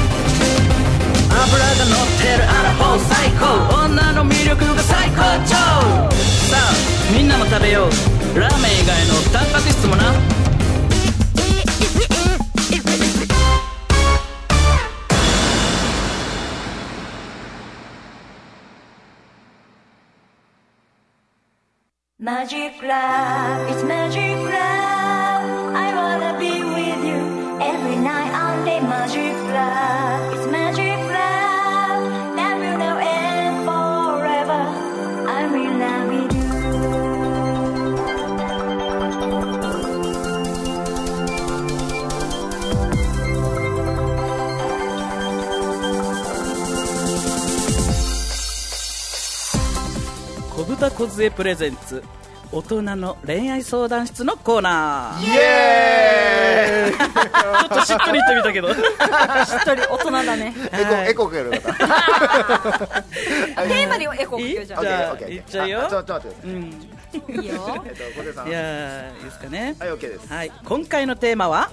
Speaker 7: 脂が乗ってるアラフォー最高女の魅力が最高潮さあみんなも食べようラーメン以外のタンパク質もな
Speaker 1: マジックラブ It's magic love I wanna be with you Every night on the magic love It's magic love Now you know and forever I'm in love with you
Speaker 7: 小豚梢プレゼンツ大人の恋愛相談室のコーナー
Speaker 2: イエーイ
Speaker 7: ちょっとしっとり言ってみたけど
Speaker 8: 一人大人だ ね。
Speaker 2: エコエコかける方
Speaker 8: テーマでエコをかけようじゃん
Speaker 2: オッケー
Speaker 7: あ
Speaker 2: オッケーオッケー
Speaker 7: いっちゃうよ
Speaker 2: あちょっと待ってください
Speaker 8: いいよ。
Speaker 2: えっと小手さん
Speaker 7: い
Speaker 2: はい
Speaker 7: やーいいですかね
Speaker 2: OK です
Speaker 7: はい、今回のテーマは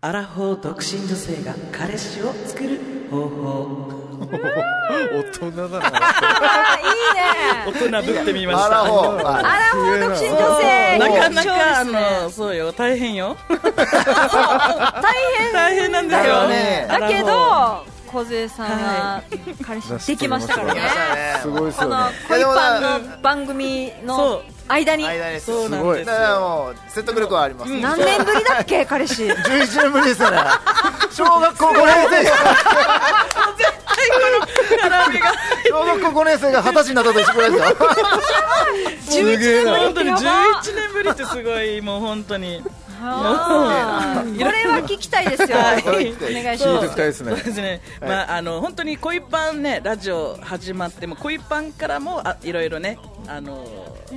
Speaker 7: アラフォー独身女性が彼氏を作る方法
Speaker 4: 大人だな
Speaker 8: あいい
Speaker 7: 大人
Speaker 8: ね。
Speaker 7: ぶってみま
Speaker 2: あ
Speaker 7: し
Speaker 2: ら
Speaker 7: た
Speaker 2: ほう
Speaker 8: ア
Speaker 2: は
Speaker 8: ラフォー独身女性。
Speaker 7: なかな
Speaker 8: 貴重です
Speaker 7: かあ
Speaker 8: ね
Speaker 7: のそうよ大変よ
Speaker 8: 大変
Speaker 7: 大変なんです
Speaker 2: だ
Speaker 7: よ
Speaker 2: よね
Speaker 8: だけ
Speaker 7: ア
Speaker 8: ど梢さんは彼氏できましたからね
Speaker 2: い
Speaker 4: すごいです
Speaker 8: こ
Speaker 4: よ
Speaker 8: の
Speaker 4: ね
Speaker 8: 恋パンの番組
Speaker 7: そ
Speaker 8: の
Speaker 7: う
Speaker 8: 間に
Speaker 2: 間です
Speaker 7: そう
Speaker 2: だ
Speaker 7: な
Speaker 4: す
Speaker 7: ん
Speaker 4: ご
Speaker 7: で
Speaker 4: い
Speaker 7: す
Speaker 2: から
Speaker 7: よ
Speaker 2: もう説得力はあります11
Speaker 8: 何年ぶりだっけ彼氏
Speaker 2: 年ぶりですよね 小学校5年 生が小学校5年生が二十歳になったと一緒ぐらいですよ
Speaker 4: すげえな
Speaker 7: 本当に
Speaker 8: やば
Speaker 7: 11年ぶりってすごいもう本当に
Speaker 8: あーこれは聞きたいですよ
Speaker 7: はい
Speaker 8: お願いし
Speaker 7: そう
Speaker 8: ま
Speaker 4: 聞いて
Speaker 8: す
Speaker 4: み
Speaker 7: そ
Speaker 4: たいですね
Speaker 7: うですね、まああの本当に恋パンねラジオ始まっても恋パンからもあいろいろねあの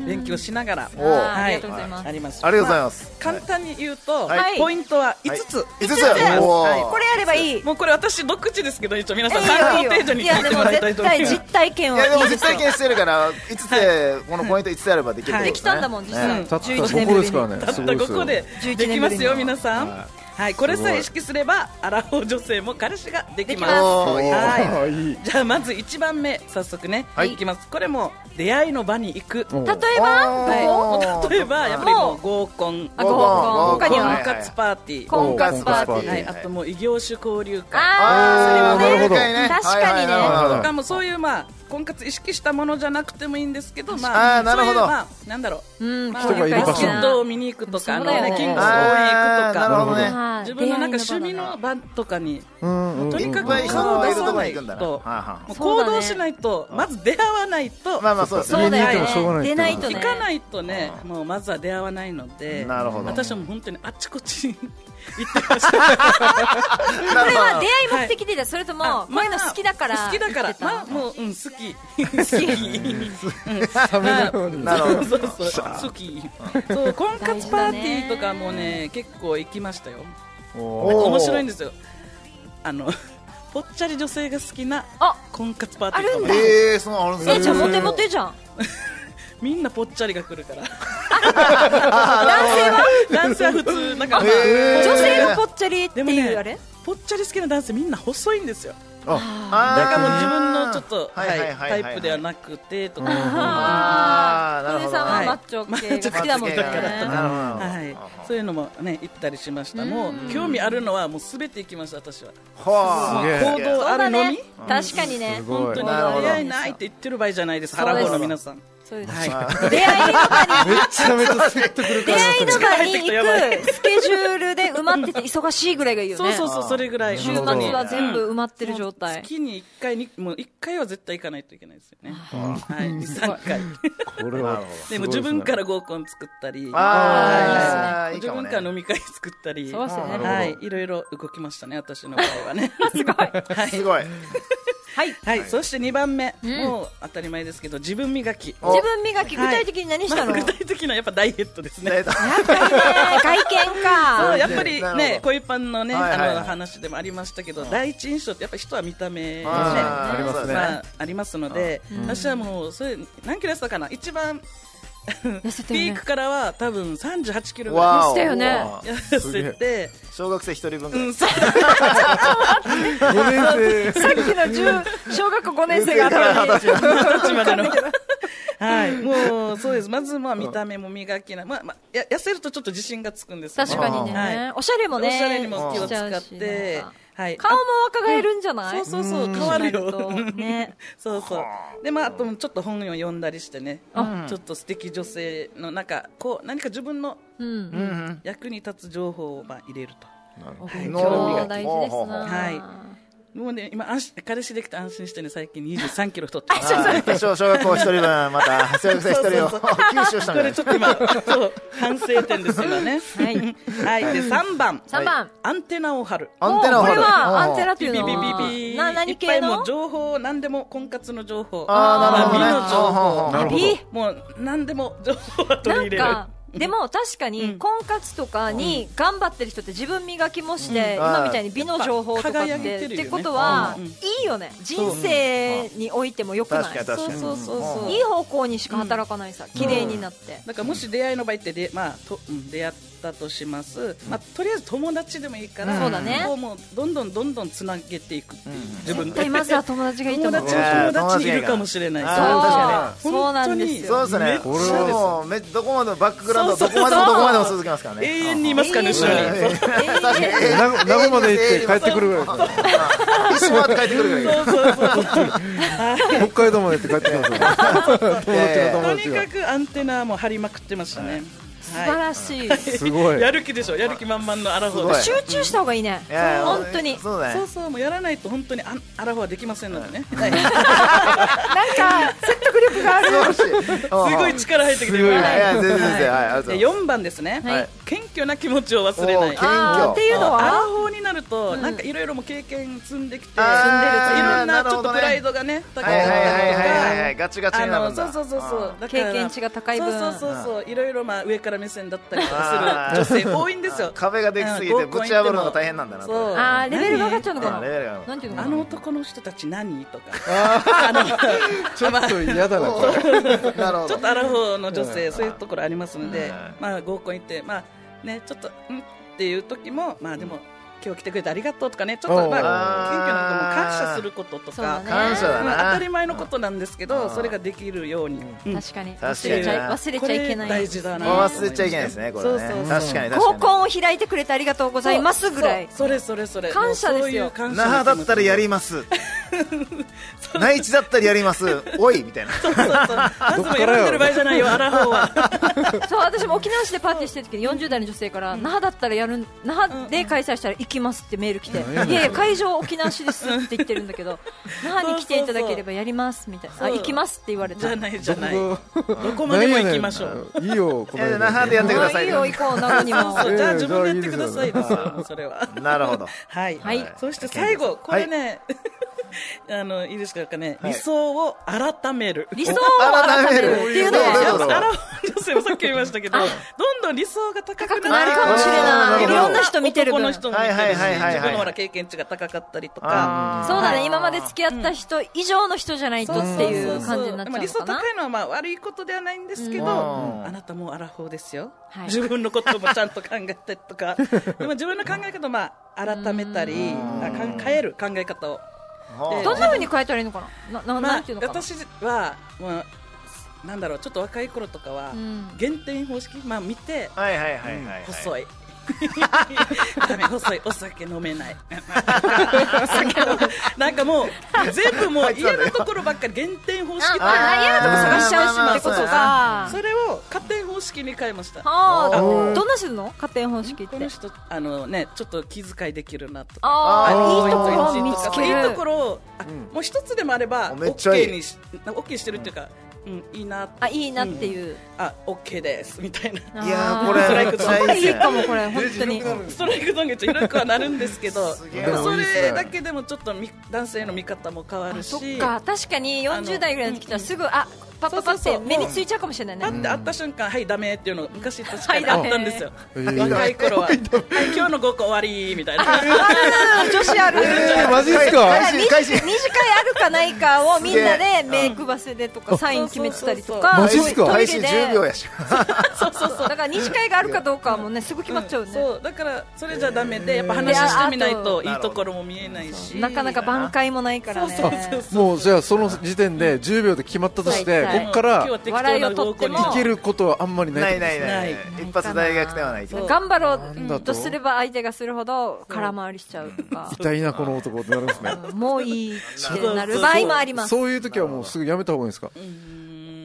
Speaker 7: 勉強しながら、
Speaker 2: おう
Speaker 8: あーありがとうございます
Speaker 7: あります。
Speaker 2: ありがとうございます
Speaker 7: あ簡単に言うと、
Speaker 2: はい
Speaker 7: ポイントは5
Speaker 2: はい
Speaker 7: つ、
Speaker 2: 5つ
Speaker 8: つ
Speaker 2: おー
Speaker 8: これやればいい
Speaker 7: もうこれ私独自ですけど一応皆さん
Speaker 8: い
Speaker 7: 参
Speaker 8: い
Speaker 7: 考
Speaker 8: よ
Speaker 7: 程度に
Speaker 8: い
Speaker 7: 聞
Speaker 8: や
Speaker 7: い
Speaker 8: で
Speaker 7: ても
Speaker 8: も
Speaker 7: らいたい
Speaker 8: 絶
Speaker 7: と思い
Speaker 8: 対
Speaker 7: ます
Speaker 8: 実体験
Speaker 2: い
Speaker 8: は
Speaker 2: やでも
Speaker 8: いいで
Speaker 2: 実
Speaker 8: すよ
Speaker 2: 体験してるから5つでこのポイント5つあればできるってことね
Speaker 8: できたんだもん実際
Speaker 4: たった
Speaker 8: 11
Speaker 4: 5
Speaker 8: 年
Speaker 4: 個
Speaker 8: ぶ
Speaker 4: で
Speaker 8: り
Speaker 4: すから
Speaker 8: に
Speaker 4: ね
Speaker 7: たった
Speaker 4: すごいです
Speaker 7: 5
Speaker 4: よ
Speaker 7: 個で
Speaker 8: 11
Speaker 7: できますよ
Speaker 8: 年ぶりの
Speaker 7: 皆さん、はい、これさえ意識すればアラフォー女性も彼氏ができます
Speaker 8: でき
Speaker 2: おーいい
Speaker 7: は
Speaker 4: あ
Speaker 7: い
Speaker 4: いい
Speaker 7: じゃあまず1番目早速ね、
Speaker 2: はい
Speaker 7: い、きますこれも出会いの場に行く
Speaker 4: お
Speaker 8: 例えば
Speaker 2: はい
Speaker 8: どこ
Speaker 7: もう例えばやっぱりもう合コン
Speaker 8: あ
Speaker 2: 合
Speaker 8: 合
Speaker 2: コン
Speaker 8: コン他
Speaker 7: 婚
Speaker 8: に
Speaker 2: 合
Speaker 8: は
Speaker 7: 活パーティー、
Speaker 8: 婚活パーティ
Speaker 4: 婚活パーテ
Speaker 8: ー
Speaker 4: ィ
Speaker 7: は
Speaker 4: ー
Speaker 7: い、あともう異業種交流会
Speaker 2: あー
Speaker 4: あーそれはね
Speaker 8: 確かにね
Speaker 2: はいはいはいはい
Speaker 7: とかもうそういうまあ婚活意識したものじゃなくてもいいんですけど、
Speaker 2: かに
Speaker 7: ま
Speaker 2: あーなるほど
Speaker 7: そういうまあなんだろ
Speaker 8: うん
Speaker 7: う、
Speaker 4: 人がいる場所
Speaker 7: イベントを見に行くとか、あ
Speaker 8: そう
Speaker 7: の
Speaker 8: だよね
Speaker 7: ね、金庫公園
Speaker 2: あー
Speaker 7: 行
Speaker 2: なる
Speaker 7: くと
Speaker 2: ほ
Speaker 7: か、
Speaker 2: どね
Speaker 8: はい
Speaker 7: 自分のなんか趣味
Speaker 8: 出会い場だ
Speaker 7: の場とかに、
Speaker 4: うんうん
Speaker 7: とにかく
Speaker 2: いっぱい人
Speaker 7: 顔を
Speaker 2: がいるとこに
Speaker 7: 出さない
Speaker 2: 行くんだな
Speaker 7: と、
Speaker 2: はいは
Speaker 7: もう行動しないと、まず出会わないと、
Speaker 2: まあまあそうです
Speaker 8: そ
Speaker 2: ね
Speaker 8: うだ
Speaker 4: 家
Speaker 8: よ
Speaker 4: にいてもしょうがないっ
Speaker 8: ね
Speaker 4: て
Speaker 8: 出ないとね
Speaker 7: 行かないとね、もうまずは出会わないので、
Speaker 2: なるほど
Speaker 7: 私はもう本当にあっちこっちに行ってました。
Speaker 2: なる
Speaker 8: これ
Speaker 2: ほ
Speaker 8: は出会い目的でだそれとも こういうの好きだから
Speaker 7: 好きだから、まあもう、うん、好き。好き。
Speaker 4: サメのように
Speaker 2: なるほど
Speaker 7: そうそうそう。好き。そう、婚活パーティーとかもね、結構行きましたよ。
Speaker 2: おー
Speaker 7: 面白いんですよ。あの、ぽっちゃり女性が好きな
Speaker 8: あ
Speaker 7: 婚活パーティー
Speaker 8: あ
Speaker 7: と
Speaker 8: る
Speaker 7: か
Speaker 8: んだ
Speaker 7: も。
Speaker 2: えーそのあるんですね
Speaker 8: えじゃあモテモテじゃん
Speaker 7: みんなぽっちゃりが来るから。
Speaker 8: 男性は
Speaker 7: 男性は普通、なんか、まあ
Speaker 2: へー
Speaker 8: 女性がぽっちゃりって
Speaker 7: でも
Speaker 8: いうあれ
Speaker 7: ね、ぽっちゃり好きな男性みんな細いんですよ。
Speaker 2: あー
Speaker 7: だからもう自分のちょっと、
Speaker 2: は
Speaker 7: はいい
Speaker 2: はいはいはいはい
Speaker 7: タイプではなくてとか。
Speaker 2: あーなるほ
Speaker 8: 小出
Speaker 2: ど
Speaker 8: さんは
Speaker 7: はい
Speaker 8: マッチョ系が好きだもんね
Speaker 2: マッチョ系がなるほど
Speaker 7: はい、そういうのもね行ったりしました。もう興味あるのはもうすべて行きました私は。
Speaker 2: はあ
Speaker 4: すげえ
Speaker 7: 行動
Speaker 8: そ
Speaker 7: あ
Speaker 8: うだ
Speaker 7: るの
Speaker 8: ね
Speaker 7: み。
Speaker 8: 確かにね
Speaker 4: すごい
Speaker 7: 本当に
Speaker 2: なるほど
Speaker 7: 出会いないって言ってる場合じゃないです。
Speaker 8: そう
Speaker 7: ハ
Speaker 8: です
Speaker 7: ラボーの皆さん。
Speaker 8: そうです
Speaker 4: はい
Speaker 8: 出会いとかに
Speaker 4: めちゃめちゃスッとくる
Speaker 8: 出
Speaker 4: から
Speaker 8: 会いとかに
Speaker 7: やば
Speaker 8: 行くスケジュールで埋ま ってて忙しいぐらいがいいよ
Speaker 7: そう
Speaker 8: ね
Speaker 7: そうそう、それぐらい。
Speaker 8: 週末は全部埋まってる状態
Speaker 7: 月に1回に、もう1回は絶対行かないといけないですよね。はい、3回。
Speaker 4: これは
Speaker 7: でも自分から合コン作ったり、
Speaker 2: ああ、いい
Speaker 7: 自
Speaker 2: かも
Speaker 7: 分
Speaker 2: ね
Speaker 7: から飲み会作ったり、
Speaker 8: そうですよね
Speaker 7: はい、いろいろ動きましたね、私の場合はね。すごい。
Speaker 2: すごい。
Speaker 7: はい、はい、そして2番目、もう当たり前ですけど、自分磨き。
Speaker 8: 自分磨き具体的に何したの、
Speaker 7: まあ具体的なやっぱダイエットですね。
Speaker 2: えっと
Speaker 8: 外見
Speaker 7: そう
Speaker 8: か
Speaker 7: やっぱり
Speaker 2: なるほ
Speaker 7: ね
Speaker 2: ど、
Speaker 7: 恋パンのね、
Speaker 2: はいはいはい
Speaker 7: あの話でもありましたけど、第一印象ってやっぱり人は見た目ですね。
Speaker 2: あーありますね
Speaker 7: まあ、ありますので、私はもう、それ、何キロ痩せたかな一番、
Speaker 8: 痩せ
Speaker 7: ピ
Speaker 8: てる
Speaker 7: ー
Speaker 8: ね
Speaker 7: クからは多分38キロぐら
Speaker 2: わお
Speaker 8: したよね
Speaker 2: わお
Speaker 7: い痩せて、
Speaker 2: 小学生一人分ぐ
Speaker 7: う
Speaker 2: らい
Speaker 7: ん、そう
Speaker 4: 5年
Speaker 8: さっきの10小 学校5年生が頭に
Speaker 7: 歳ま での。はい、もうそうです、まずまあ見た目も磨きな、まあまあ、や痩せるとちょっと自信がつくんですよ
Speaker 8: 確かにね、
Speaker 7: はい
Speaker 8: おしゃれもね
Speaker 7: おしゃれにも気を
Speaker 8: しちゃ
Speaker 7: 使
Speaker 8: う
Speaker 7: っ
Speaker 8: してなんか、
Speaker 7: はい、
Speaker 8: 顔も若返るんじゃない、
Speaker 7: そうそうそう、変わるよ
Speaker 8: そうなると。ね
Speaker 7: そうそう。で、まあ、あとちょっと本を読んだりしてね、ちょっと素敵女性の、なんか、こう、何か自分の
Speaker 8: うん
Speaker 7: 役に立つ情報をまあ入れると。
Speaker 8: 勉
Speaker 2: なるほ
Speaker 8: 強
Speaker 2: ど
Speaker 8: 大事ですな
Speaker 7: はいもうね、今、安心彼氏できて安心してね、最近23キロ太ってます。
Speaker 2: あ小小学校一人分、また小学生一人を吸収した
Speaker 7: こ
Speaker 2: みた
Speaker 7: れ
Speaker 2: い
Speaker 7: ちょっと今、そう、反省点です、今ね。
Speaker 8: はい
Speaker 7: はい。で、3番。
Speaker 8: 3番、
Speaker 7: アンテナを張る。
Speaker 2: アンテナを
Speaker 8: お
Speaker 2: 張
Speaker 8: こ
Speaker 2: る
Speaker 8: れはアンテナって
Speaker 7: ピ
Speaker 8: い
Speaker 7: ピ
Speaker 8: う
Speaker 7: ピピ
Speaker 8: の
Speaker 7: ピ
Speaker 8: はな何
Speaker 7: い
Speaker 8: 系
Speaker 7: っぱいも
Speaker 8: の
Speaker 7: う情報、何でも、婚活の情報。
Speaker 2: あー
Speaker 7: ま
Speaker 2: な
Speaker 7: 美
Speaker 2: る
Speaker 7: の情
Speaker 2: ほどねほう
Speaker 7: 報。
Speaker 2: ほう
Speaker 4: なるほど
Speaker 8: 美
Speaker 7: もう何でも情報は取り
Speaker 8: な
Speaker 7: 入
Speaker 8: ん
Speaker 7: れる。
Speaker 8: かでも確かに婚活とかに頑張ってる人って自分磨きもして、今みたいに美の情報とかっ
Speaker 7: 輝
Speaker 8: て
Speaker 7: いてるよね
Speaker 8: ってことは、
Speaker 7: うん
Speaker 8: いいよね人生においてもよくない
Speaker 2: 確かに確かに
Speaker 7: そうそうそうそう
Speaker 8: いい方向にしか働かないさ、綺麗になって、
Speaker 7: なんかもし出会いの場合ってで、まあとうん、出会ったとします、まあ、とりあえず友達でもいいから、
Speaker 8: そうだね
Speaker 7: こうもうどんどんどんどんつなげていくっていう、自分
Speaker 8: 絶対
Speaker 7: で。
Speaker 8: まずは友達がいいと
Speaker 7: 友
Speaker 8: 思う
Speaker 7: 達は友達にいるかもしれない。
Speaker 2: ね
Speaker 7: そう
Speaker 2: 友達
Speaker 8: あ
Speaker 2: が
Speaker 8: ーそうなんです
Speaker 2: そう
Speaker 8: よ
Speaker 2: ですね。
Speaker 4: これは
Speaker 2: もうめどこまでもバックグラウンドはど
Speaker 7: そう
Speaker 2: こ
Speaker 7: そ
Speaker 2: ま
Speaker 7: うそう
Speaker 2: でもどこまでも続けますから
Speaker 7: 永
Speaker 2: ね。
Speaker 7: 遠にいますからね、後ろに。
Speaker 2: 確かに
Speaker 4: 名古名古屋まで行って帰ってくるぐらいですね
Speaker 2: 一周回って帰ってくるぐらい。
Speaker 7: そうそうそうそう
Speaker 4: 北海道まで行って帰ってきますよ友達が
Speaker 7: と
Speaker 4: 友
Speaker 7: に
Speaker 4: 達
Speaker 7: か
Speaker 4: が
Speaker 7: くアンテナも張りまくってましたね。素
Speaker 8: 素晴らしい
Speaker 4: すごい
Speaker 7: やる気でしょ、やる気満々のアラフ
Speaker 2: す
Speaker 7: ォー
Speaker 2: ごい
Speaker 7: です。
Speaker 8: 集中した方がいいね
Speaker 2: いやいや
Speaker 8: 本当に
Speaker 2: そうだ
Speaker 7: そ
Speaker 2: ね
Speaker 7: う。そう、もうやらないと本当にアンアラフォーはできませんのでね。はい
Speaker 8: なんか説得力がある
Speaker 2: 素晴らしい。す
Speaker 7: すごい力入ってきてる。
Speaker 2: いやいや全然全然はいありがとうございます
Speaker 7: 4番ですね、
Speaker 8: はい
Speaker 7: 謙虚な気持ちを忘れない
Speaker 2: おー謙虚
Speaker 8: あーっていうの
Speaker 7: アラ
Speaker 8: は
Speaker 7: フォーになると、なんかいろいろもう経験積んできて、積んでるとい
Speaker 2: あー
Speaker 7: ろん
Speaker 2: な
Speaker 7: な
Speaker 2: る
Speaker 7: ちょ
Speaker 2: ほ
Speaker 7: っと
Speaker 2: どね
Speaker 7: プライドがね、高
Speaker 2: はいはいはいはいはい
Speaker 7: い
Speaker 2: ガチガチ
Speaker 7: あ
Speaker 2: になる
Speaker 7: の
Speaker 2: ん
Speaker 7: そ
Speaker 2: だ。
Speaker 7: うそうそうそうだから
Speaker 8: 経験値が高い分
Speaker 7: そうそうそうそういろいろまあ上から目線だったりと
Speaker 2: あ
Speaker 7: か
Speaker 2: ー
Speaker 7: する女性多いんですよ
Speaker 2: 壁ができすぎてぶち破るのが大変なんだな
Speaker 7: そう
Speaker 2: と
Speaker 8: あーレベルが上がっちゃうのか
Speaker 2: あ
Speaker 8: な
Speaker 2: ーレベルが上がる
Speaker 8: なんていうの
Speaker 7: あ
Speaker 8: かな
Speaker 7: の男の人たち何とか
Speaker 4: ちょっと嫌だなこれ
Speaker 2: なるほ
Speaker 7: ちょ
Speaker 2: ど
Speaker 7: っ。とアラフォーの女性、そういうところありますので、まあ、合コン行って、まあ、ね、ちょっと、んっていう時も、まあ、でも、今日来てくれてありがとうとかね、ちょっ
Speaker 4: お
Speaker 7: と、
Speaker 4: う
Speaker 7: まあ、謙虚なことも感謝することと
Speaker 8: そうだ
Speaker 7: か、
Speaker 8: ね
Speaker 2: 感謝だ
Speaker 7: まあ、当たり
Speaker 2: な。
Speaker 7: 前のことなんですけど、それができるように。うん
Speaker 8: 確かに
Speaker 2: 確か
Speaker 8: 忘
Speaker 2: に
Speaker 8: れちゃい忘れちゃいけ
Speaker 7: これ
Speaker 8: ない
Speaker 7: 大事だな。
Speaker 2: 忘れちゃいけないですねこれね。
Speaker 7: そうそうそ
Speaker 2: 確
Speaker 7: う
Speaker 2: かに確か
Speaker 8: 合
Speaker 2: に。
Speaker 8: コンを開いてくれてありがとうございますぐらい
Speaker 7: そうそれそれそれ。
Speaker 8: 感謝ですよ
Speaker 7: もうそういう感謝の気持ち
Speaker 2: 那覇だったらやります。内地だったらやります。おいみたいな。
Speaker 7: そうそうそう。まずも選んでる場合じゃないよ、アラフォーは。
Speaker 8: そう私も沖縄市でパーティーしてる時に40代の女性から那覇だったらやるん那覇で開催したら行きますってメール来ていやいや会場沖縄市ですって言ってるん だけど那覇に来ていただければやりますみたいなあ行きますって言われ
Speaker 7: じ
Speaker 8: た
Speaker 7: ゃないじゃない。ど
Speaker 4: ど
Speaker 7: こまでも行きましょう。
Speaker 4: いいよこの
Speaker 2: え那覇でやってください。
Speaker 8: もういいよ行こう名護にも
Speaker 7: そう、じゃあ自分でやっ
Speaker 4: い
Speaker 7: て
Speaker 4: や
Speaker 7: く
Speaker 4: いや
Speaker 7: ださいですよ、もうそれは。
Speaker 2: なるほど。
Speaker 7: はい、
Speaker 8: はい
Speaker 7: そして最後、これね、 あのいいですかね、
Speaker 2: はい
Speaker 7: 理想を改める。
Speaker 8: 理想を改めるっていうの
Speaker 2: 改めるどう
Speaker 8: は
Speaker 2: いうこと
Speaker 7: あら女性もさっき言いましたけど、どんどん理想が高く
Speaker 8: 高くなるかもしれ
Speaker 2: ない
Speaker 7: あー
Speaker 2: いろん
Speaker 8: な人見てる分
Speaker 7: 男の人も見てるし
Speaker 2: はいはいはいはいはい
Speaker 7: 自分のほら経験値が高かったりとか。
Speaker 8: そうだね今まで付き合った人以上の人じゃないと
Speaker 7: そ
Speaker 8: っ
Speaker 7: うそうそう
Speaker 8: ていう感じになっちゃう
Speaker 7: まあ理
Speaker 8: の
Speaker 7: 想
Speaker 8: かな
Speaker 7: 高いのはまあ悪いことではないんですけど、
Speaker 2: ん
Speaker 7: あなたもうアラフォーですよ、
Speaker 8: はい
Speaker 7: 自分のこともちゃんと考えてと かでも自分の考え方をまあ改めたりあかん変える考え方を
Speaker 2: ほう
Speaker 8: どんな風に変えたらいいのかななな
Speaker 7: ま
Speaker 8: な
Speaker 7: あ
Speaker 8: んていう、のかな
Speaker 7: 私は、まあ、なんだろうちょっと若い頃とかは、
Speaker 8: ん
Speaker 7: 減点方式、まあ、見て
Speaker 2: はいはいはいはいはい。
Speaker 7: 細い、ダメ 細いお酒飲め ない なんかもう全部もう嫌なところばっかり減点方式って
Speaker 8: あー嫌なとこ探しちゃうしってことか
Speaker 7: それを加点方式に変えましたこ
Speaker 8: あ
Speaker 2: お
Speaker 8: ー
Speaker 2: ー
Speaker 8: どんな人の加点方式って
Speaker 7: の人あのねちょっと気遣いできるなとか
Speaker 8: あ
Speaker 2: あー
Speaker 8: あいいところを見
Speaker 7: とか
Speaker 8: つ
Speaker 7: そう
Speaker 8: け
Speaker 7: い
Speaker 8: る
Speaker 7: うところをあもう一つでもあれば
Speaker 2: めっちゃいい
Speaker 7: OK にし OK してるっていうかうんいいな
Speaker 8: あいいなっていう、
Speaker 7: あ OK ですみたいな
Speaker 8: あー
Speaker 2: いやーこれめっちゃいいです
Speaker 8: いい
Speaker 2: ね
Speaker 8: かもこれ本当に
Speaker 7: ストライクゾーンがちょっと広くはなるんですけど
Speaker 2: げえ
Speaker 7: でもそれだけでもちょっとみ男性の見方も変わるし
Speaker 8: そっか確かに40代ぐらいの時来たらすぐあパッパッパっ
Speaker 7: そうそう
Speaker 8: て
Speaker 7: そう
Speaker 8: 目についちゃうかもしれないね
Speaker 7: パッて会った瞬間、はい、ダメっていうのが昔確かにあったんですよ、
Speaker 4: はいダメ
Speaker 7: 若 い頃は、はい、今日の合コン終わりみたいな、
Speaker 8: 女子ある
Speaker 4: えーマジっすか
Speaker 2: 開始開始
Speaker 8: 二次会あるかないかをみんな
Speaker 2: すげ
Speaker 8: でメイクバスでとかサイン決めてたりと
Speaker 7: あ
Speaker 8: か
Speaker 4: マジっすか
Speaker 8: トイ
Speaker 2: 開始
Speaker 8: レで
Speaker 2: 10秒やし
Speaker 8: そうそうそうだから二次会があるかどうかはもうねすぐ決まっちゃうね
Speaker 7: そうだからそれじゃダメで、やっぱ話してみないといいところも見えないし、
Speaker 8: なかなか挽回もないからね
Speaker 7: そうそうそう
Speaker 4: もうじゃあその時点で10秒で決まったとして、
Speaker 8: はい
Speaker 4: ここから
Speaker 7: 今日は適当
Speaker 8: 笑い
Speaker 7: な
Speaker 8: を取
Speaker 7: 合
Speaker 8: って
Speaker 7: コン
Speaker 8: も
Speaker 7: に
Speaker 4: いけることはあんまりな
Speaker 2: ないいない
Speaker 7: な
Speaker 2: ないい一発大学ではないけど
Speaker 7: そう
Speaker 8: 頑張ろ
Speaker 4: なんだ
Speaker 8: う
Speaker 4: と
Speaker 8: とすれば相手がするほど空回りしちゃうとか
Speaker 4: 痛いなこの男ってなるんですね
Speaker 8: もういいってなる場合もあります
Speaker 4: そういう時はもうすぐやめた方がいいんですか
Speaker 2: 今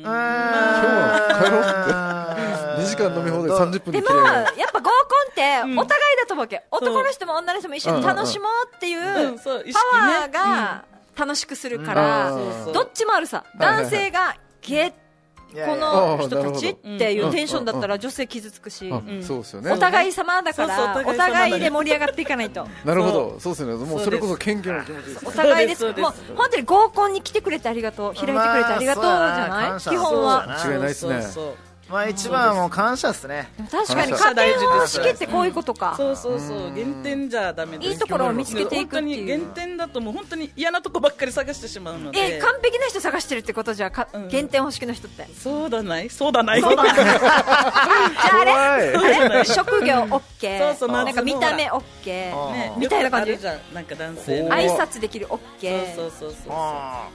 Speaker 2: 日は帰ろうって
Speaker 4: 2時間飲み放題30分で
Speaker 8: でも
Speaker 4: 切れる
Speaker 8: やっぱ合コンってお互いだと思うわけ、男の人も女の人も一緒に楽しもうっていう
Speaker 7: うんそう意識ね
Speaker 8: パワーが楽しくするから、
Speaker 7: そ
Speaker 4: うん
Speaker 7: うそう
Speaker 8: どっちもある
Speaker 4: は
Speaker 8: さ
Speaker 4: いはいはい
Speaker 8: 男性がゲ
Speaker 2: や
Speaker 8: こ
Speaker 4: いやな
Speaker 8: の
Speaker 4: る
Speaker 8: 人
Speaker 4: ほ
Speaker 8: た
Speaker 4: ど
Speaker 8: ちっていうテンションだった
Speaker 4: うん
Speaker 8: ら女性傷つくし、
Speaker 4: あそうですよね
Speaker 8: お互い様だから
Speaker 7: そうそうお互い様
Speaker 8: お
Speaker 7: だね
Speaker 8: 互いで盛り上がっていかな いと
Speaker 4: なるほどそうですよねもうそれこそ謙虚な気持ちです
Speaker 8: お互いです
Speaker 7: そうです
Speaker 8: もう本当に合コンに来てくれてありがとう開いてくれてありがとうじゃない、
Speaker 2: まあそう
Speaker 8: 基
Speaker 2: だな感
Speaker 8: 本
Speaker 2: 謝
Speaker 8: は
Speaker 2: は
Speaker 4: 違いないですね
Speaker 7: そうそう
Speaker 2: まあ一番はもう感謝っすね
Speaker 8: 確かに
Speaker 4: 感
Speaker 7: 謝
Speaker 8: 家庭方式ってこういうことか、
Speaker 7: そうそうそう減点じゃダメです
Speaker 8: いいところを見つけていくって
Speaker 7: 本
Speaker 8: いう
Speaker 7: 当に減点だともう本当に嫌なとこばっかり探してしまうので
Speaker 8: え完璧な人探してるってことじゃか、
Speaker 7: ん
Speaker 8: 減点方式の人って
Speaker 7: そうだないそうだない
Speaker 8: じゃああれ
Speaker 4: 怖
Speaker 8: あれ職業 OK
Speaker 7: そうそう
Speaker 8: なんか見た目
Speaker 2: あ
Speaker 8: OK
Speaker 7: ね
Speaker 8: みたいな感じ
Speaker 7: よくあるじゃんなんか男性の
Speaker 4: こ
Speaker 8: 挨拶できる OK
Speaker 7: そうそうそうそう
Speaker 2: あ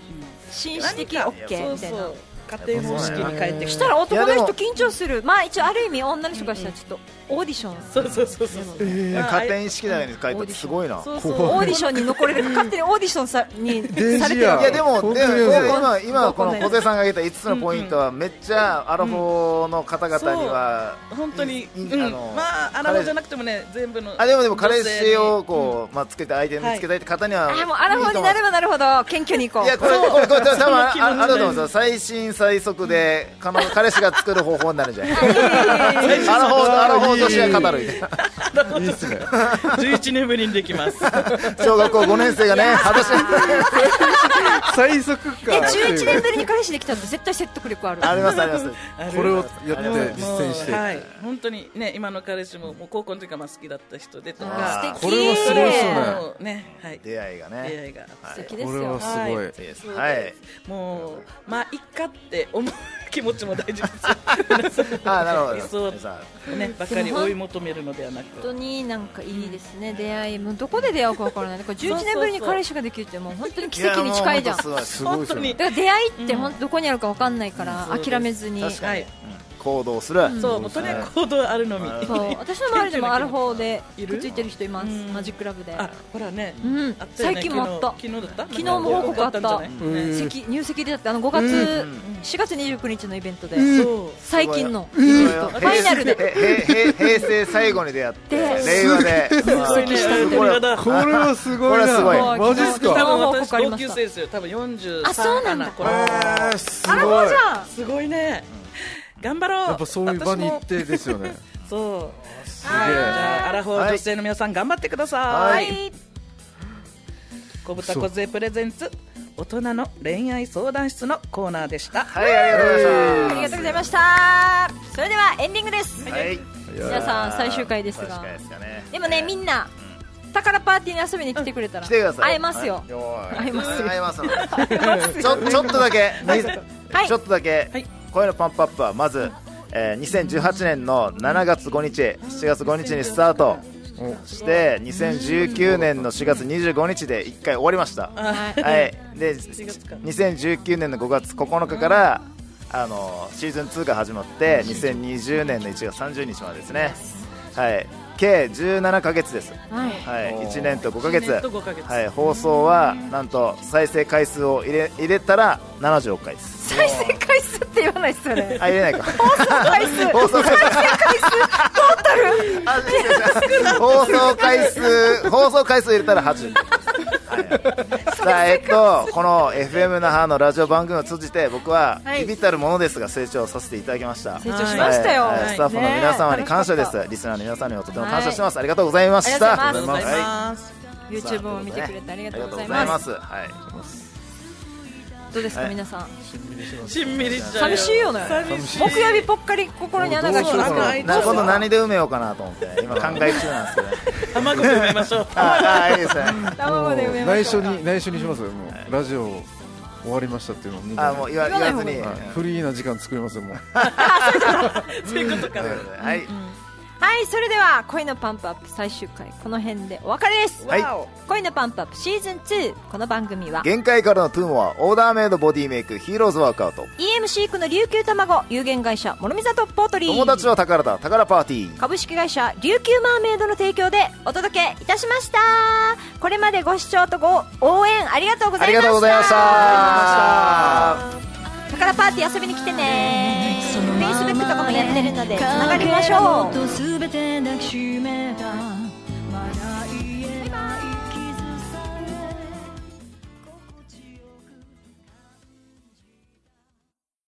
Speaker 8: 紳士的
Speaker 7: 何
Speaker 8: OK
Speaker 7: そう
Speaker 8: みたい
Speaker 7: そ
Speaker 8: な
Speaker 7: う家庭方式に変えてき
Speaker 8: したら男の
Speaker 2: いや
Speaker 8: 人
Speaker 2: でも
Speaker 8: 緊張するまあ一応ある意味女の人からしたらちょっとオーディション
Speaker 7: そうそうそうそう
Speaker 2: ー
Speaker 7: まあ
Speaker 2: 勝手に式だよね書いてあってすごいな
Speaker 7: そうそう
Speaker 8: オーディションに残れる勝手にオーディションさに
Speaker 4: デ
Speaker 8: さ
Speaker 4: ジ
Speaker 8: れてる
Speaker 4: や
Speaker 2: いやでも、で
Speaker 4: 本
Speaker 2: も
Speaker 4: 当に
Speaker 2: 今今この小手さんが挙げた5つのポイントはめっちゃアラフォーの方々には
Speaker 7: 本当に
Speaker 2: いい
Speaker 7: うん
Speaker 2: あの
Speaker 7: まあアラフォーじゃなくてもね全部の
Speaker 2: あでもでも彼
Speaker 7: 女性に
Speaker 2: 氏 をこうまあつけて相手につけたいって方には
Speaker 8: あもうアラフォーになればなるほど謙虚にいこ
Speaker 2: いや
Speaker 8: う
Speaker 2: これこれこれ多分あ
Speaker 7: 気持ち
Speaker 2: ああると思うんですよ最新最速で彼女彼氏が作る方法になるんじゃないアラフォーアラフォー女子が語るみたいな
Speaker 4: いいっすね
Speaker 7: 11年ぶりにで きます
Speaker 2: 小学校5年生がね裸足
Speaker 4: 最速
Speaker 8: え
Speaker 4: か
Speaker 8: 11年ぶりに彼氏できたって 絶対説得力ある
Speaker 2: ありますあります
Speaker 4: これをやって実践していく
Speaker 7: はい本当にね今の彼氏ももう高校の時からまあ好きだった人でと
Speaker 8: あー
Speaker 7: か
Speaker 8: 素敵
Speaker 4: これはすごいっすね
Speaker 7: もうねはい出
Speaker 2: 出会いがね
Speaker 7: 会いが
Speaker 8: 素敵です
Speaker 4: これ
Speaker 8: よ
Speaker 4: はすごい、
Speaker 7: はい
Speaker 2: いいです
Speaker 7: そうです
Speaker 2: はい
Speaker 7: もうまあいっかって思う気持ちも大事 ですよ
Speaker 2: あなるほど
Speaker 7: 理想
Speaker 2: さ
Speaker 7: ねばかり追い求めるのではなく
Speaker 8: 本当になんかいいですね、出会いもうどこで出会うかわからないだから11年ぶりに彼氏ができるってもう本当に奇跡に近いじゃん
Speaker 2: やもう本当す
Speaker 4: すごいっすよね
Speaker 8: だから出会いって本当どこにあるかわかんないから
Speaker 7: うん
Speaker 8: 諦めずに、
Speaker 2: 確か
Speaker 7: はい
Speaker 2: ごい行動する
Speaker 7: そうもうとにかく行動あるのみ
Speaker 8: そう私の周りでもアラフォーで
Speaker 7: いる
Speaker 8: くっついてる人います
Speaker 7: うん
Speaker 8: マジックラブで
Speaker 7: あほらね
Speaker 8: うん
Speaker 7: あったよね
Speaker 8: 最近もあった
Speaker 7: 昨日昨日だった
Speaker 8: 昨日も報告あった
Speaker 7: なんかね
Speaker 4: うん
Speaker 7: ね
Speaker 8: 席入籍でだってあの5月、4月29日のイベントで、
Speaker 7: そう
Speaker 8: 最近のイ
Speaker 2: そ
Speaker 8: ベン
Speaker 2: れ
Speaker 8: ト
Speaker 2: は
Speaker 8: ファイナルで
Speaker 2: へへへ平成最後に出会って
Speaker 8: で
Speaker 2: 令和で
Speaker 7: すごいね
Speaker 2: これ
Speaker 7: だ
Speaker 4: これはすごい
Speaker 2: これ
Speaker 4: な
Speaker 2: はすごい
Speaker 4: マジっす
Speaker 8: 昨日
Speaker 7: 多
Speaker 4: か
Speaker 7: 分
Speaker 8: 報
Speaker 7: 私
Speaker 8: 告あり
Speaker 7: 同
Speaker 8: まし
Speaker 7: 級生
Speaker 8: た
Speaker 7: ですよ多分43
Speaker 8: あそうなんだ
Speaker 7: か
Speaker 4: え
Speaker 7: な
Speaker 4: ー、すごい
Speaker 8: ゃ
Speaker 7: すごいね頑張ろう
Speaker 4: やっぱそういう場に行っ
Speaker 7: 私も
Speaker 4: てですよね
Speaker 7: そう
Speaker 4: す
Speaker 7: じ
Speaker 4: げえ
Speaker 7: ゃあアラフォー女性の皆さん頑張ってくださ
Speaker 2: はいい
Speaker 7: 小豚小杖プレゼンツ大人の恋愛相談室のコーナーでした
Speaker 2: はいありがとうございま
Speaker 8: あ
Speaker 2: した
Speaker 8: りがとうございましたそれではエンディングです、
Speaker 2: はい
Speaker 8: 皆さん最終回です
Speaker 2: 最
Speaker 8: が
Speaker 2: 終回ですかね
Speaker 8: でもねみんな宝パーティーに遊びに来てくれたら、
Speaker 2: 来てください
Speaker 8: 会えますよ、
Speaker 2: はい
Speaker 8: 会えますよ
Speaker 2: 会えますのでちょちょっとだけ、に
Speaker 8: はい
Speaker 2: ちょっとだけ、
Speaker 7: はい
Speaker 2: 声のパンプアップはまず、えー2018年の7月5日7月5日にスタートして2019年の4月25日で1回終わりましたはいで
Speaker 7: 月か
Speaker 2: 2019年の5月9日からあのシーズン2が始まって2020年の1月30日までですねはい計17ヶ月です、
Speaker 8: はい
Speaker 2: はい、
Speaker 4: おー
Speaker 2: 1年と5ヶ月
Speaker 7: 一年と5ヶ月
Speaker 2: はい、放送はなんと再生回数を入れ入れたら70億回です
Speaker 8: 再生回数って言わないそれ
Speaker 2: あ入れないか
Speaker 8: 回数
Speaker 2: 放送回数あ失礼しました放送回数放送回数入れたら80はいさあえっとこの FM 那覇のラジオ番組を通じて僕は
Speaker 8: はい
Speaker 2: ビビたるものですが成長させていただきました
Speaker 8: 成長しましたよ
Speaker 2: はいはいスタッフの皆様に感謝で
Speaker 8: ね
Speaker 2: すリスナーの皆様にもとても感謝してますありがとうございまし
Speaker 8: あり
Speaker 2: た
Speaker 8: がとうご
Speaker 7: ございます。
Speaker 8: YouTube も見てくれてあり
Speaker 2: あり
Speaker 8: がと
Speaker 2: が
Speaker 8: う
Speaker 2: と
Speaker 8: ご
Speaker 2: うご
Speaker 8: ざい
Speaker 2: ざい
Speaker 8: ま
Speaker 2: ますすはい
Speaker 8: どうですか
Speaker 2: はい
Speaker 8: 皆さん
Speaker 7: しんみりしちゃうよ。
Speaker 8: 寂しいよね木曜日ぽっかり心に穴が
Speaker 2: ど
Speaker 8: 開
Speaker 2: う
Speaker 8: く
Speaker 2: しようか
Speaker 7: 開いて
Speaker 2: な
Speaker 7: ます
Speaker 2: 今度何で埋めようかなと思って 今考え中なんですけどね
Speaker 7: 卵で埋めましょう。
Speaker 2: ああいいですね
Speaker 8: 卵で埋めま
Speaker 4: 内
Speaker 8: しょ
Speaker 4: 緒
Speaker 8: うか
Speaker 4: に内緒にしますよもうラジオ終わりましたっていうのをみんな
Speaker 2: あ
Speaker 4: で
Speaker 2: もう言わ言わずに
Speaker 4: はいフリーな時間作りますよもう
Speaker 7: そういうことか。
Speaker 2: はい
Speaker 8: はいそれでは恋のパンプアップ最終回この辺でお別れです
Speaker 2: はい
Speaker 8: 恋のパンプアップシーズン2この番組は
Speaker 2: 限界からのトゥーンはオーダーメイドボディメイクヒーローズワークアウト
Speaker 8: EM シークの琉球卵有限会社諸見里ポートリー
Speaker 2: 友達は宝だ宝パーティー
Speaker 8: 株式会社琉球マーメイドの提供でお届けいたしましたこれまでご視聴とご応援ありがとうござ
Speaker 2: あ
Speaker 8: い
Speaker 2: り
Speaker 8: ま
Speaker 2: が
Speaker 8: した
Speaker 2: とうございました
Speaker 8: 宝パーティー遊びに来てね Facebook とかもやってるのでつながりましょう
Speaker 1: う全て抱きしめたまだ言えない